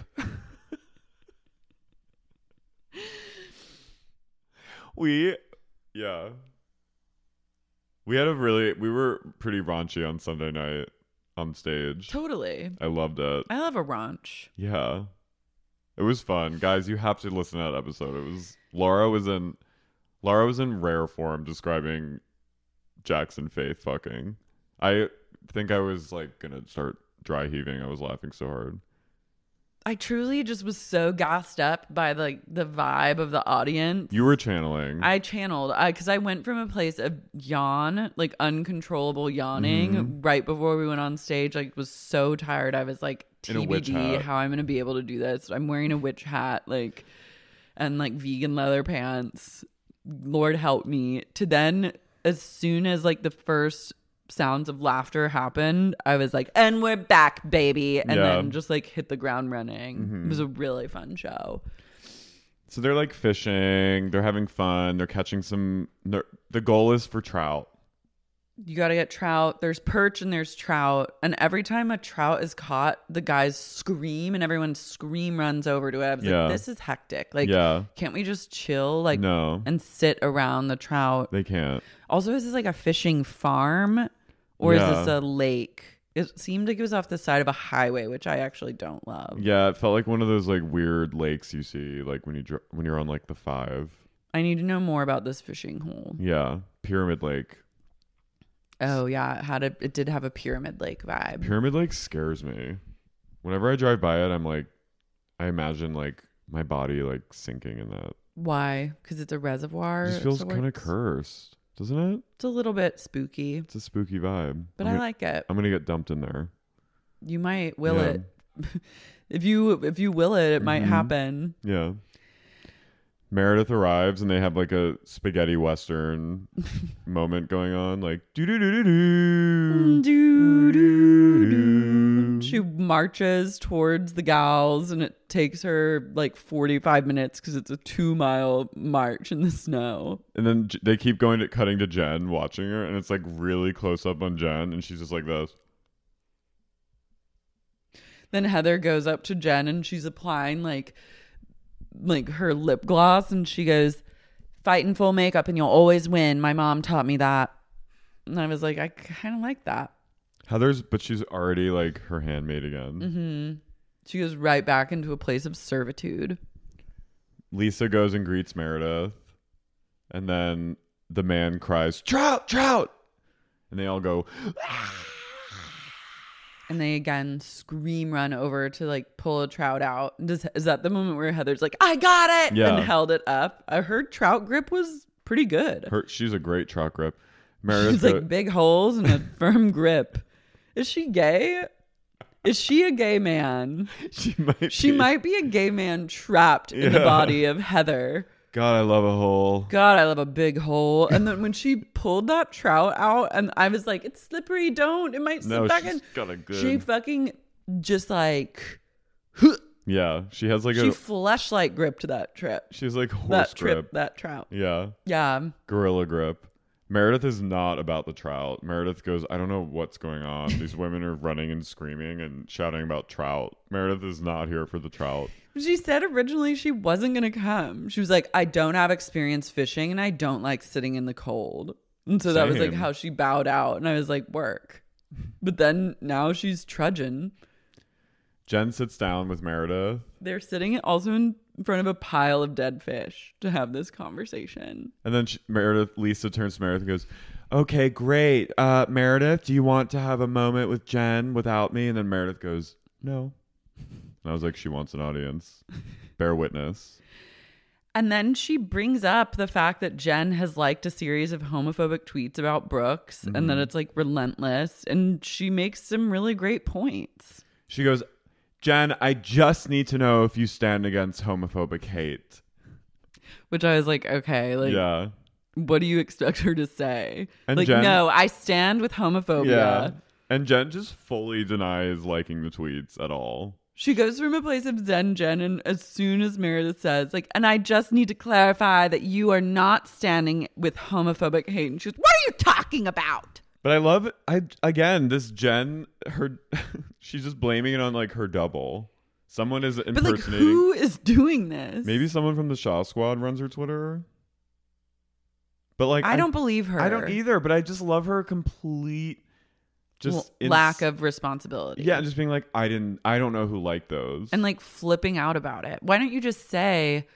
[SPEAKER 3] we, yeah. We had a really, we were pretty raunchy on Sunday night on stage.
[SPEAKER 2] Totally.
[SPEAKER 3] I loved it.
[SPEAKER 2] I love a ranch.
[SPEAKER 3] Yeah. It was fun. Guys, you have to listen to that episode. It was Laura was in Laura was in rare form describing Jackson Faith fucking. I think I was like gonna start dry heaving. I was laughing so hard.
[SPEAKER 2] I truly just was so gassed up by like the vibe of the audience.
[SPEAKER 3] You were channeling.
[SPEAKER 2] I channeled because I went from a place of yawn, like uncontrollable yawning,
[SPEAKER 3] Mm-hmm.
[SPEAKER 2] right before we went on stage. Like, was so tired. I was like,
[SPEAKER 3] In a witch
[SPEAKER 2] TBD,
[SPEAKER 3] hat.
[SPEAKER 2] how I'm gonna be able to do this. I'm wearing a witch hat, like, and like vegan leather pants. Lord help me. To then, as soon as like the first sounds of laughter happened, I was like, and we're back, baby, and
[SPEAKER 3] Yeah. Mm-hmm.
[SPEAKER 2] then just like hit the ground running. It was a really fun show.
[SPEAKER 3] so they're like fishing. They're having fun. They're catching some. they're- The goal is for trout.
[SPEAKER 2] you got to get trout. There's perch and there's trout. And every time a trout is caught, the guys scream and everyone scream runs over to it. I was
[SPEAKER 3] Yeah.
[SPEAKER 2] like, this is hectic. Like,
[SPEAKER 3] Yeah.
[SPEAKER 2] can't we just chill? Like,
[SPEAKER 3] No.
[SPEAKER 2] And sit around the trout.
[SPEAKER 3] They can't.
[SPEAKER 2] Also, is this like a fishing farm or
[SPEAKER 3] Yeah.
[SPEAKER 2] is this a lake? It seemed like it was off the side of a highway, which I actually don't love.
[SPEAKER 3] Yeah, it felt like one of those like weird lakes you see like when you dr- when you're on like the five.
[SPEAKER 2] I need to know more about this fishing hole.
[SPEAKER 3] Yeah, Pyramid Lake.
[SPEAKER 2] Oh, yeah. It, had a, it did have a pyramid lake vibe.
[SPEAKER 3] Pyramid Lake scares me. Whenever I drive by it, I'm like, I imagine like my body like sinking in that.
[SPEAKER 2] Why? Because it's a reservoir.
[SPEAKER 3] It just
[SPEAKER 2] of
[SPEAKER 3] feels kind of
[SPEAKER 2] sorts?
[SPEAKER 3] cursed, doesn't it?
[SPEAKER 2] It's a little bit spooky.
[SPEAKER 3] It's a spooky vibe.
[SPEAKER 2] But I
[SPEAKER 3] I'm gonna-
[SPEAKER 2] like it.
[SPEAKER 3] I'm gonna get dumped in there.
[SPEAKER 2] You might will
[SPEAKER 3] Yeah. Mm-hmm.
[SPEAKER 2] it. if you if you will it, it might happen.
[SPEAKER 3] Yeah. Meredith arrives and they have like a spaghetti western moment going on, like do do do do
[SPEAKER 2] Mm, Doo,
[SPEAKER 3] do.
[SPEAKER 2] doo,
[SPEAKER 3] Mm-hmm.
[SPEAKER 2] doo. She marches towards the gals, and it takes her like forty five minutes because it's a two mile march in the snow.
[SPEAKER 3] And then J- they keep going to cutting to Jen watching her, and it's like really close up on Jen, and she's just like this.
[SPEAKER 2] Then Heather goes up to Jen, and she's applying like like her lip gloss, and she goes, "Fight in full makeup, and you'll always win." My mom taught me that, and I was like, I kind of like that.
[SPEAKER 3] Heather's, but she's already like her handmaid again.
[SPEAKER 2] Mm-hmm. She goes right back into a place of servitude.
[SPEAKER 3] Lisa goes and greets Meredith, and then the man cries, "Trout, trout!" And they all go,
[SPEAKER 2] And they again scream run over to like pull a trout out. And Does, is that the moment where Heather's like, I got it?
[SPEAKER 3] Yeah.
[SPEAKER 2] And held it up. Uh, Her trout grip was pretty good.
[SPEAKER 3] "Her, she's a great trout grip."
[SPEAKER 2] She's
[SPEAKER 3] Meredith, go-
[SPEAKER 2] like big holes and a firm grip. Is she gay? Is she a gay man?
[SPEAKER 3] she might,
[SPEAKER 2] She
[SPEAKER 3] be-
[SPEAKER 2] might be a gay man trapped in the
[SPEAKER 3] Yeah.
[SPEAKER 2] body of Heather.
[SPEAKER 3] God, I love a hole.
[SPEAKER 2] God, I love a big hole. And then when she pulled that trout out, and I was like, it's slippery, don't. It might slip
[SPEAKER 3] No,
[SPEAKER 2] back
[SPEAKER 3] she's
[SPEAKER 2] in.
[SPEAKER 3] got a good-
[SPEAKER 2] She fucking just like,
[SPEAKER 3] Yeah, she has like
[SPEAKER 2] she
[SPEAKER 3] a,
[SPEAKER 2] fleshlight gripped that trip.
[SPEAKER 3] she's like horse
[SPEAKER 2] that trip,
[SPEAKER 3] grip.
[SPEAKER 2] that trout.
[SPEAKER 3] yeah,
[SPEAKER 2] Yeah.
[SPEAKER 3] gorilla grip. Meredith is not about the trout. Meredith goes, I don't know what's going on. These women are running and screaming and shouting about trout. Meredith is not here for the trout.
[SPEAKER 2] She said originally she wasn't going to come. She was like, I don't have experience fishing and I don't like sitting in the cold. And so that was like
[SPEAKER 3] Same.
[SPEAKER 2] how she bowed out. And I was like, work. But then now she's trudging.
[SPEAKER 3] Jen sits down with Meredith.
[SPEAKER 2] They're sitting also in front of a pile of dead fish to have this conversation.
[SPEAKER 3] And then she, Meredith, Lisa turns to Meredith and goes, Okay, great. Uh, Meredith, do you want to have a moment with Jen without me? And then Meredith goes, No. And I was like, She wants an audience. Bear witness.
[SPEAKER 2] And then she brings up the fact that Jen has liked a series of homophobic tweets about Brooks and
[SPEAKER 3] Mm-hmm.
[SPEAKER 2] that it's like relentless. And she makes some really great points.
[SPEAKER 3] She goes, Jen, I just need to know if you stand against homophobic hate.
[SPEAKER 2] Which I was like, okay, like,
[SPEAKER 3] yeah.
[SPEAKER 2] what do you expect her to say?
[SPEAKER 3] And
[SPEAKER 2] like,
[SPEAKER 3] Jen-
[SPEAKER 2] no, I stand with homophobia.
[SPEAKER 3] And Jen just fully denies liking the tweets at all.
[SPEAKER 2] She goes from a place of Zen Jen, and as soon as Meredith says, like, and I just need to clarify that you are not standing with homophobic hate, and she goes, what are you talking about?
[SPEAKER 3] But I love I again this Jen her she's just blaming it on like her double. Someone is
[SPEAKER 2] But like,
[SPEAKER 3] impersonating.
[SPEAKER 2] who is doing this?
[SPEAKER 3] Maybe someone from the Shaw Squad runs her Twitter. But like
[SPEAKER 2] I don't believe her.
[SPEAKER 3] I don't either. But I just love her complete just
[SPEAKER 2] Well,
[SPEAKER 3] ins-
[SPEAKER 2] lack of responsibility.
[SPEAKER 3] yeah, just being like I didn't I don't know who liked those.
[SPEAKER 2] and like flipping out about it. Why don't you just say,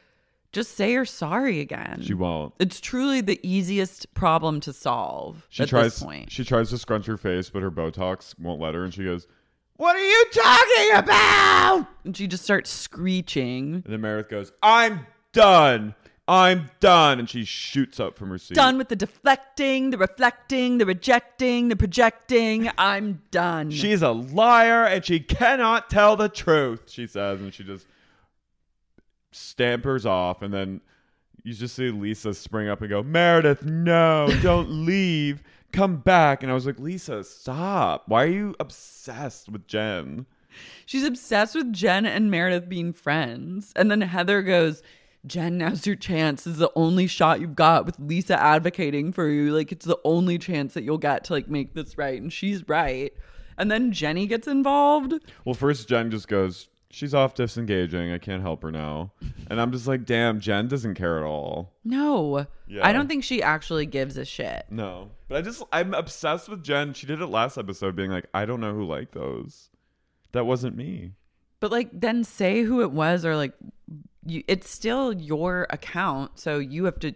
[SPEAKER 2] just say you're sorry again?
[SPEAKER 3] she won't.
[SPEAKER 2] It's truly the easiest problem to solve
[SPEAKER 3] She
[SPEAKER 2] at
[SPEAKER 3] tries.
[SPEAKER 2] this point.
[SPEAKER 3] She tries to scrunch her face, but her Botox won't let her, and she goes,
[SPEAKER 4] What are you talking about?
[SPEAKER 2] And she just starts screeching.
[SPEAKER 3] And then Meredith goes, I'm done. I'm done. And she shoots up from her seat.
[SPEAKER 2] Done with the deflecting, the reflecting, the rejecting, the projecting. I'm done.
[SPEAKER 3] She's a liar and she cannot tell the truth, she says. And she just stampers off. And then you just see Lisa spring up and go, Meredith, no, don't leave. Come back. And I was like, Lisa, stop. Why are you obsessed with Jen?
[SPEAKER 2] She's obsessed with Jen and Meredith being friends. And then Heather goes, Jen, now's your chance. This is the only shot you've got with Lisa advocating for you. Like it's the only chance that you'll get to like make this right. And she's right. And then Jenny gets involved.
[SPEAKER 3] Well, first Jen just goes, She's off disengaging. I can't help her now. And I'm just like, damn, Jen doesn't care at all.
[SPEAKER 2] No.
[SPEAKER 3] Yeah.
[SPEAKER 2] I don't think she actually gives a shit.
[SPEAKER 3] No. But I just I'm obsessed with Jen. She did it last episode being like, I don't know who liked those. That wasn't me.
[SPEAKER 2] But like then say who it was or like you, it's still your account, so you have to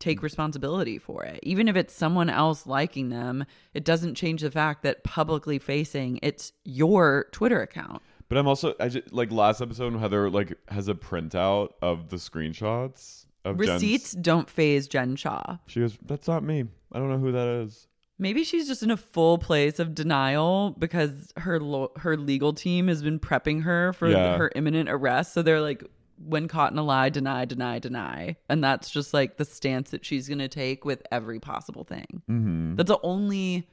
[SPEAKER 2] take responsibility for it. Even if it's someone else liking them, it doesn't change the fact that publicly facing it's your Twitter account.
[SPEAKER 3] But I'm also I just, like last episode when Heather like has a printout of the screenshots of Jen's-
[SPEAKER 2] Receipts don't phase Jen Shaw.
[SPEAKER 3] She goes, That's not me. I don't know who that is.
[SPEAKER 2] Maybe she's just in a full place of denial because her lo- her legal team has been prepping her for
[SPEAKER 3] Yeah.
[SPEAKER 2] her imminent arrest. So they're like, when caught in a lie, deny, deny, deny, and that's just like the stance that she's gonna take with every possible thing.
[SPEAKER 3] Mm-hmm.
[SPEAKER 2] That's the only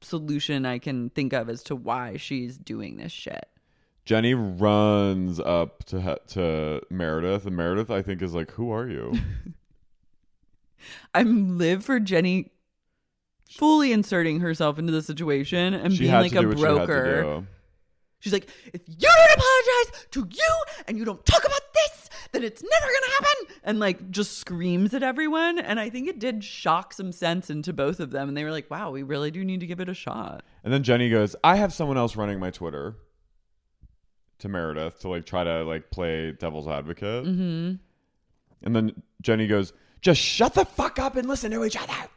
[SPEAKER 2] solution I can think of as to why she's doing this shit.
[SPEAKER 3] Jenny runs up to he- to Meredith, and Meredith, I think, is like, "Who are you?"
[SPEAKER 2] I'm live for Jenny fully inserting herself into the situation and
[SPEAKER 3] she
[SPEAKER 2] being
[SPEAKER 3] had
[SPEAKER 2] like
[SPEAKER 3] to
[SPEAKER 2] a
[SPEAKER 3] do what she had to
[SPEAKER 2] broker.
[SPEAKER 3] do.
[SPEAKER 2] She's like, if you don't apologize to you and you don't talk about this, then it's never gonna happen. And like just screams at everyone. And I think it did shock some sense into both of them. And they were like, wow, we really do need to give it a shot.
[SPEAKER 3] And then Jenny goes, "I have someone else running my Twitter." To Meredith to like try to like play devil's advocate,
[SPEAKER 2] Mm-hmm.
[SPEAKER 3] and then Jenny goes, "Just shut the fuck up and listen to each other."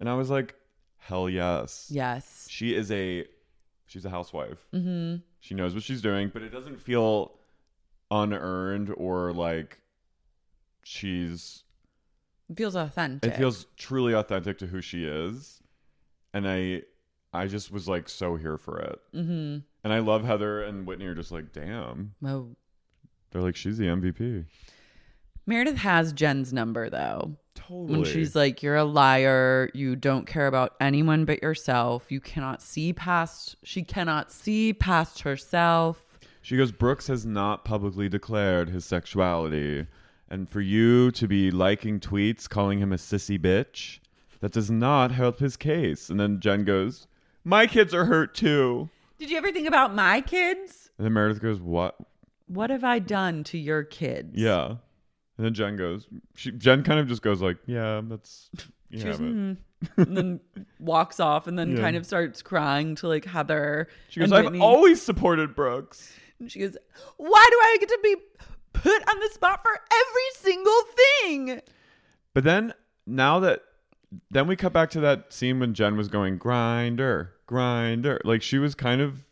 [SPEAKER 3] And I was like, "Hell yes,
[SPEAKER 2] Yes.
[SPEAKER 3] She is a she's a housewife.
[SPEAKER 2] Mm-hmm.
[SPEAKER 3] She knows what she's doing, but it doesn't feel unearned or like she's
[SPEAKER 2] It feels authentic.
[SPEAKER 3] it feels truly authentic to who she is and i i just was like so here for it
[SPEAKER 2] Mm-hmm.
[SPEAKER 3] and i love heather and whitney are just like damn
[SPEAKER 2] Oh.
[SPEAKER 3] they're like she's the mvp
[SPEAKER 2] Meredith has Jen's number though.
[SPEAKER 3] totally
[SPEAKER 2] When she's like, you're a liar. You don't care about anyone but yourself. You cannot see past, she cannot see past herself.
[SPEAKER 3] she goes brooks has not publicly declared his sexuality and for you to be liking tweets calling him a sissy bitch that does not help his case and then jen goes my kids are hurt too
[SPEAKER 2] Did you ever think about my kids?
[SPEAKER 3] and then meredith goes what
[SPEAKER 2] what have I done to your kids?
[SPEAKER 3] yeah and then jen goes she, jen kind of just goes like yeah that's you
[SPEAKER 2] She goes,
[SPEAKER 3] have it.
[SPEAKER 2] "Mm," and then walks off and then
[SPEAKER 3] Yeah.
[SPEAKER 2] kind of starts crying to like Heather.
[SPEAKER 3] She goes,
[SPEAKER 2] and
[SPEAKER 3] I've
[SPEAKER 2] Whitney."
[SPEAKER 3] always supported Brooks.
[SPEAKER 2] And she goes, Why do I get to be put on the spot for every single thing?
[SPEAKER 3] But then, now that, then we cut back to that scene when Jen was going, grinder, grinder. Like she was kind of,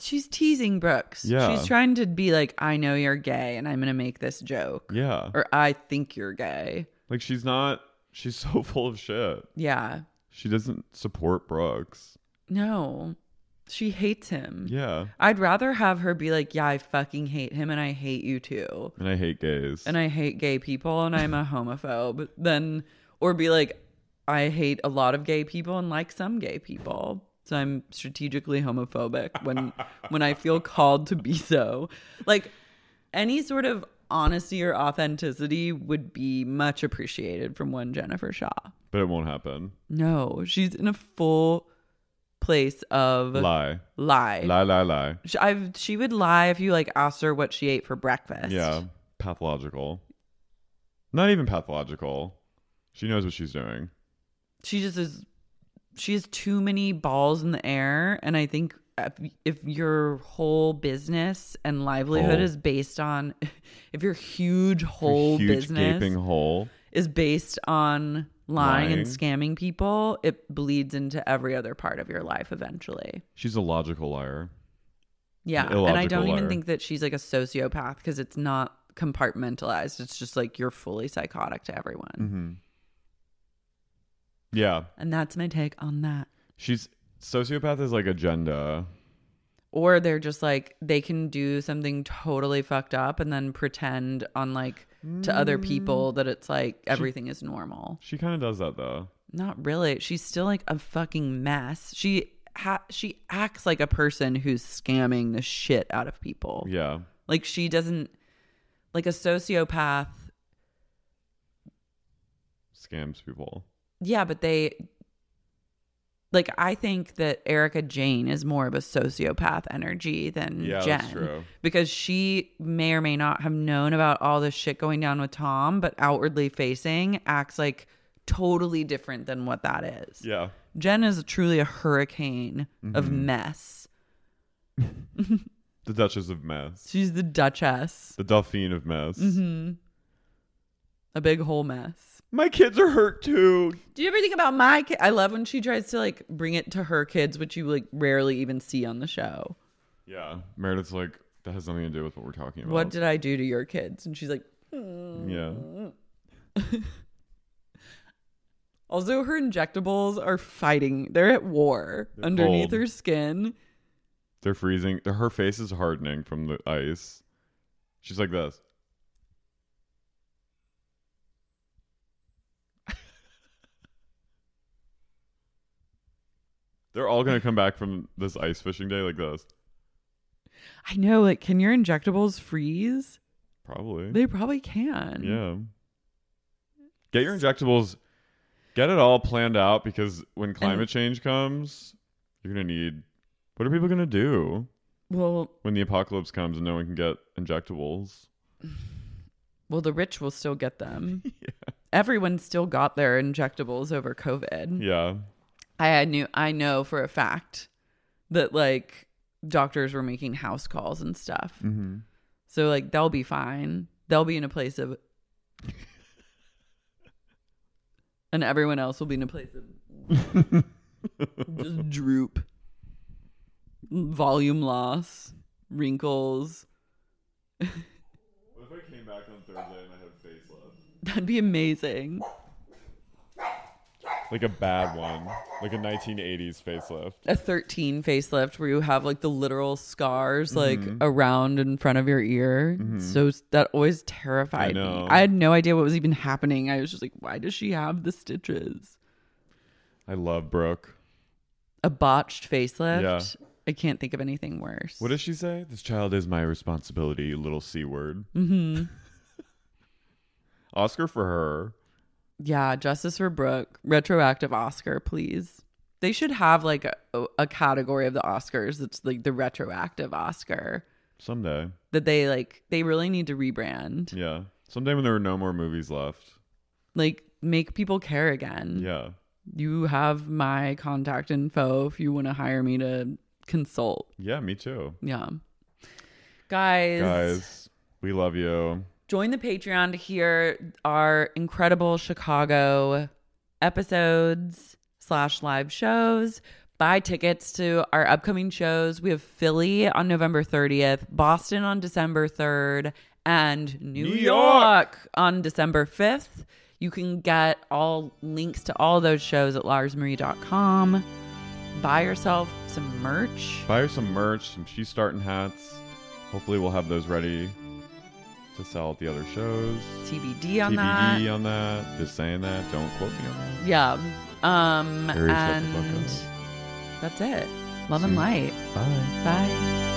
[SPEAKER 2] She's teasing Brooks.
[SPEAKER 3] Yeah.
[SPEAKER 2] She's trying to be like, I know you're gay and I'm going to make this joke.
[SPEAKER 3] yeah.
[SPEAKER 2] Or I think you're gay.
[SPEAKER 3] Like she's not, she's so full of shit.
[SPEAKER 2] Yeah.
[SPEAKER 3] She doesn't support Brooks.
[SPEAKER 2] No. She hates him.
[SPEAKER 3] Yeah.
[SPEAKER 2] I'd rather have her be like, Yeah, I fucking hate him and I hate you too.
[SPEAKER 3] And I hate gays.
[SPEAKER 2] and I hate gay people and I'm a homophobe, then or be like, I hate a lot of gay people and like some gay people. So I'm strategically homophobic when when I feel called to be so. Like any sort of honesty or authenticity would be much appreciated from one Jennifer Shaw.
[SPEAKER 3] but it won't happen.
[SPEAKER 2] No, she's in a full place of
[SPEAKER 3] Lie.
[SPEAKER 2] lie.
[SPEAKER 3] Lie, lie, lie.
[SPEAKER 2] She- I've, she would lie if you like asked her what she ate for breakfast.
[SPEAKER 3] Yeah. Pathological. Not even pathological. She knows what she's doing.
[SPEAKER 2] she just is she has too many balls in the air and i think if- if your whole business and livelihood
[SPEAKER 3] Whole.
[SPEAKER 2] is based on if your huge
[SPEAKER 3] Her
[SPEAKER 2] whole
[SPEAKER 3] huge
[SPEAKER 2] business
[SPEAKER 3] gaping hole.
[SPEAKER 2] is based on lying,
[SPEAKER 3] Lying.
[SPEAKER 2] and scamming people, it bleeds into every other part of your life eventually.
[SPEAKER 3] She's a logical liar.
[SPEAKER 2] Yeah.
[SPEAKER 3] An
[SPEAKER 2] And I
[SPEAKER 3] illogical
[SPEAKER 2] don't even
[SPEAKER 3] liar.
[SPEAKER 2] think that she's like a sociopath because it's not compartmentalized. It's just like you're fully psychotic to everyone.
[SPEAKER 3] Mm-hmm. Yeah,
[SPEAKER 2] And that's my take on that.
[SPEAKER 3] she's sociopath is like agenda.
[SPEAKER 2] Or they're just like, they can do something totally fucked up and then pretend on like to other people that it's like everything is normal.
[SPEAKER 3] She kind of does that though.
[SPEAKER 2] Not really. She's still like a fucking mess. She ha- she acts like a person who's scamming the shit out of people.
[SPEAKER 3] Yeah,
[SPEAKER 2] Like she doesn't like a sociopath.
[SPEAKER 3] scams people.
[SPEAKER 2] Yeah, but they like I think that Erica Jane is more of a sociopath energy than
[SPEAKER 3] Yeah,
[SPEAKER 2] Mm, Jen.
[SPEAKER 3] that's true.
[SPEAKER 2] Because she may or may not have known about all this shit going down with Tom, but outwardly facing acts like totally different than what that is.
[SPEAKER 3] Yeah,
[SPEAKER 2] Jen is truly a hurricane of mess.
[SPEAKER 3] the Duchess of Mess,
[SPEAKER 2] She's the Duchess,
[SPEAKER 3] the Dauphine of Mess.
[SPEAKER 2] Mm-hmm. a big whole mess.
[SPEAKER 3] My kids are hurt too.
[SPEAKER 2] Do you ever think about my kid? I love when she tries to like bring it to her kids, which you like rarely even see on the show.
[SPEAKER 3] Yeah, Meredith's like that has nothing to do with what we're talking about.
[SPEAKER 2] What did I do to your kids? And she's like, "Hmm."
[SPEAKER 3] Yeah,
[SPEAKER 2] also her injectables are fighting. They're at war underneath
[SPEAKER 3] cold.
[SPEAKER 2] her skin.
[SPEAKER 3] they're freezing. Her face is hardening from the ice. She's like this. They're all gonna come back from this ice fishing day like this.
[SPEAKER 2] I know. Like, can your injectables freeze?
[SPEAKER 3] Probably.
[SPEAKER 2] They probably can.
[SPEAKER 3] yeah. Get your injectables. Get it all planned out because when climate change comes, you're gonna need. What are people gonna do
[SPEAKER 2] Well,
[SPEAKER 3] when the apocalypse comes and no one can get injectables?
[SPEAKER 2] well, the rich will still get them. Everyone still got their injectables over COVID.
[SPEAKER 3] Yeah.
[SPEAKER 2] I I knew I know for a fact that like doctors were making house calls and stuff.
[SPEAKER 3] Mm-hmm.
[SPEAKER 2] So like they'll be fine. They'll be in a place of and everyone else will be in a place of just droop. Volume loss, wrinkles.
[SPEAKER 3] What if I came back on Thursday and I had face left?
[SPEAKER 2] That'd be amazing.
[SPEAKER 3] Like a bad one, like a 1980s facelift.
[SPEAKER 2] A 13 facelift where you have like the literal scars like around in front of your ear. So s- that always terrified me.
[SPEAKER 3] know.
[SPEAKER 2] I had no idea what was even happening. I was just like, why does she have the stitches?
[SPEAKER 3] I love Brooke.
[SPEAKER 2] a botched facelift.
[SPEAKER 3] Yeah.
[SPEAKER 2] I can't think of anything worse.
[SPEAKER 3] What does she say? This child is my responsibility, you little C word. Mm-hmm. Oscar for her.
[SPEAKER 2] yeah, justice for Brooke. Retroactive Oscar, please. They should have like a, a category of the Oscars that's like the retroactive Oscar
[SPEAKER 3] Someday.
[SPEAKER 2] that they like. They really need to rebrand.
[SPEAKER 3] Yeah. Someday when there were no more movies left.
[SPEAKER 2] Like make people care again.
[SPEAKER 3] Yeah.
[SPEAKER 2] You have my contact info if you want to hire me to consult.
[SPEAKER 3] Yeah, me too.
[SPEAKER 2] Yeah. Guys,
[SPEAKER 3] Guys, we love you.
[SPEAKER 2] join the Patreon to hear our incredible Chicago episodes slash live shows. Buy tickets to our upcoming shows. We have Philly on November 30th, Boston on December 3rd, and New,
[SPEAKER 3] New
[SPEAKER 2] York.
[SPEAKER 3] York.
[SPEAKER 2] on December 5th. You can get all links to all those shows at larsmarie.com. Buy yourself some merch.
[SPEAKER 3] Buy her some merch, some She's Starting hats. Hopefully, we'll have those ready to sell at the other shows.
[SPEAKER 2] TBD on
[SPEAKER 3] TBD
[SPEAKER 2] that.
[SPEAKER 3] on that. Just saying that. Don't quote me on that.
[SPEAKER 2] Yeah. Um
[SPEAKER 3] Harry, shut the fuck
[SPEAKER 2] and that's it. Love and
[SPEAKER 3] See you.
[SPEAKER 2] light.
[SPEAKER 3] Bye.
[SPEAKER 2] Bye.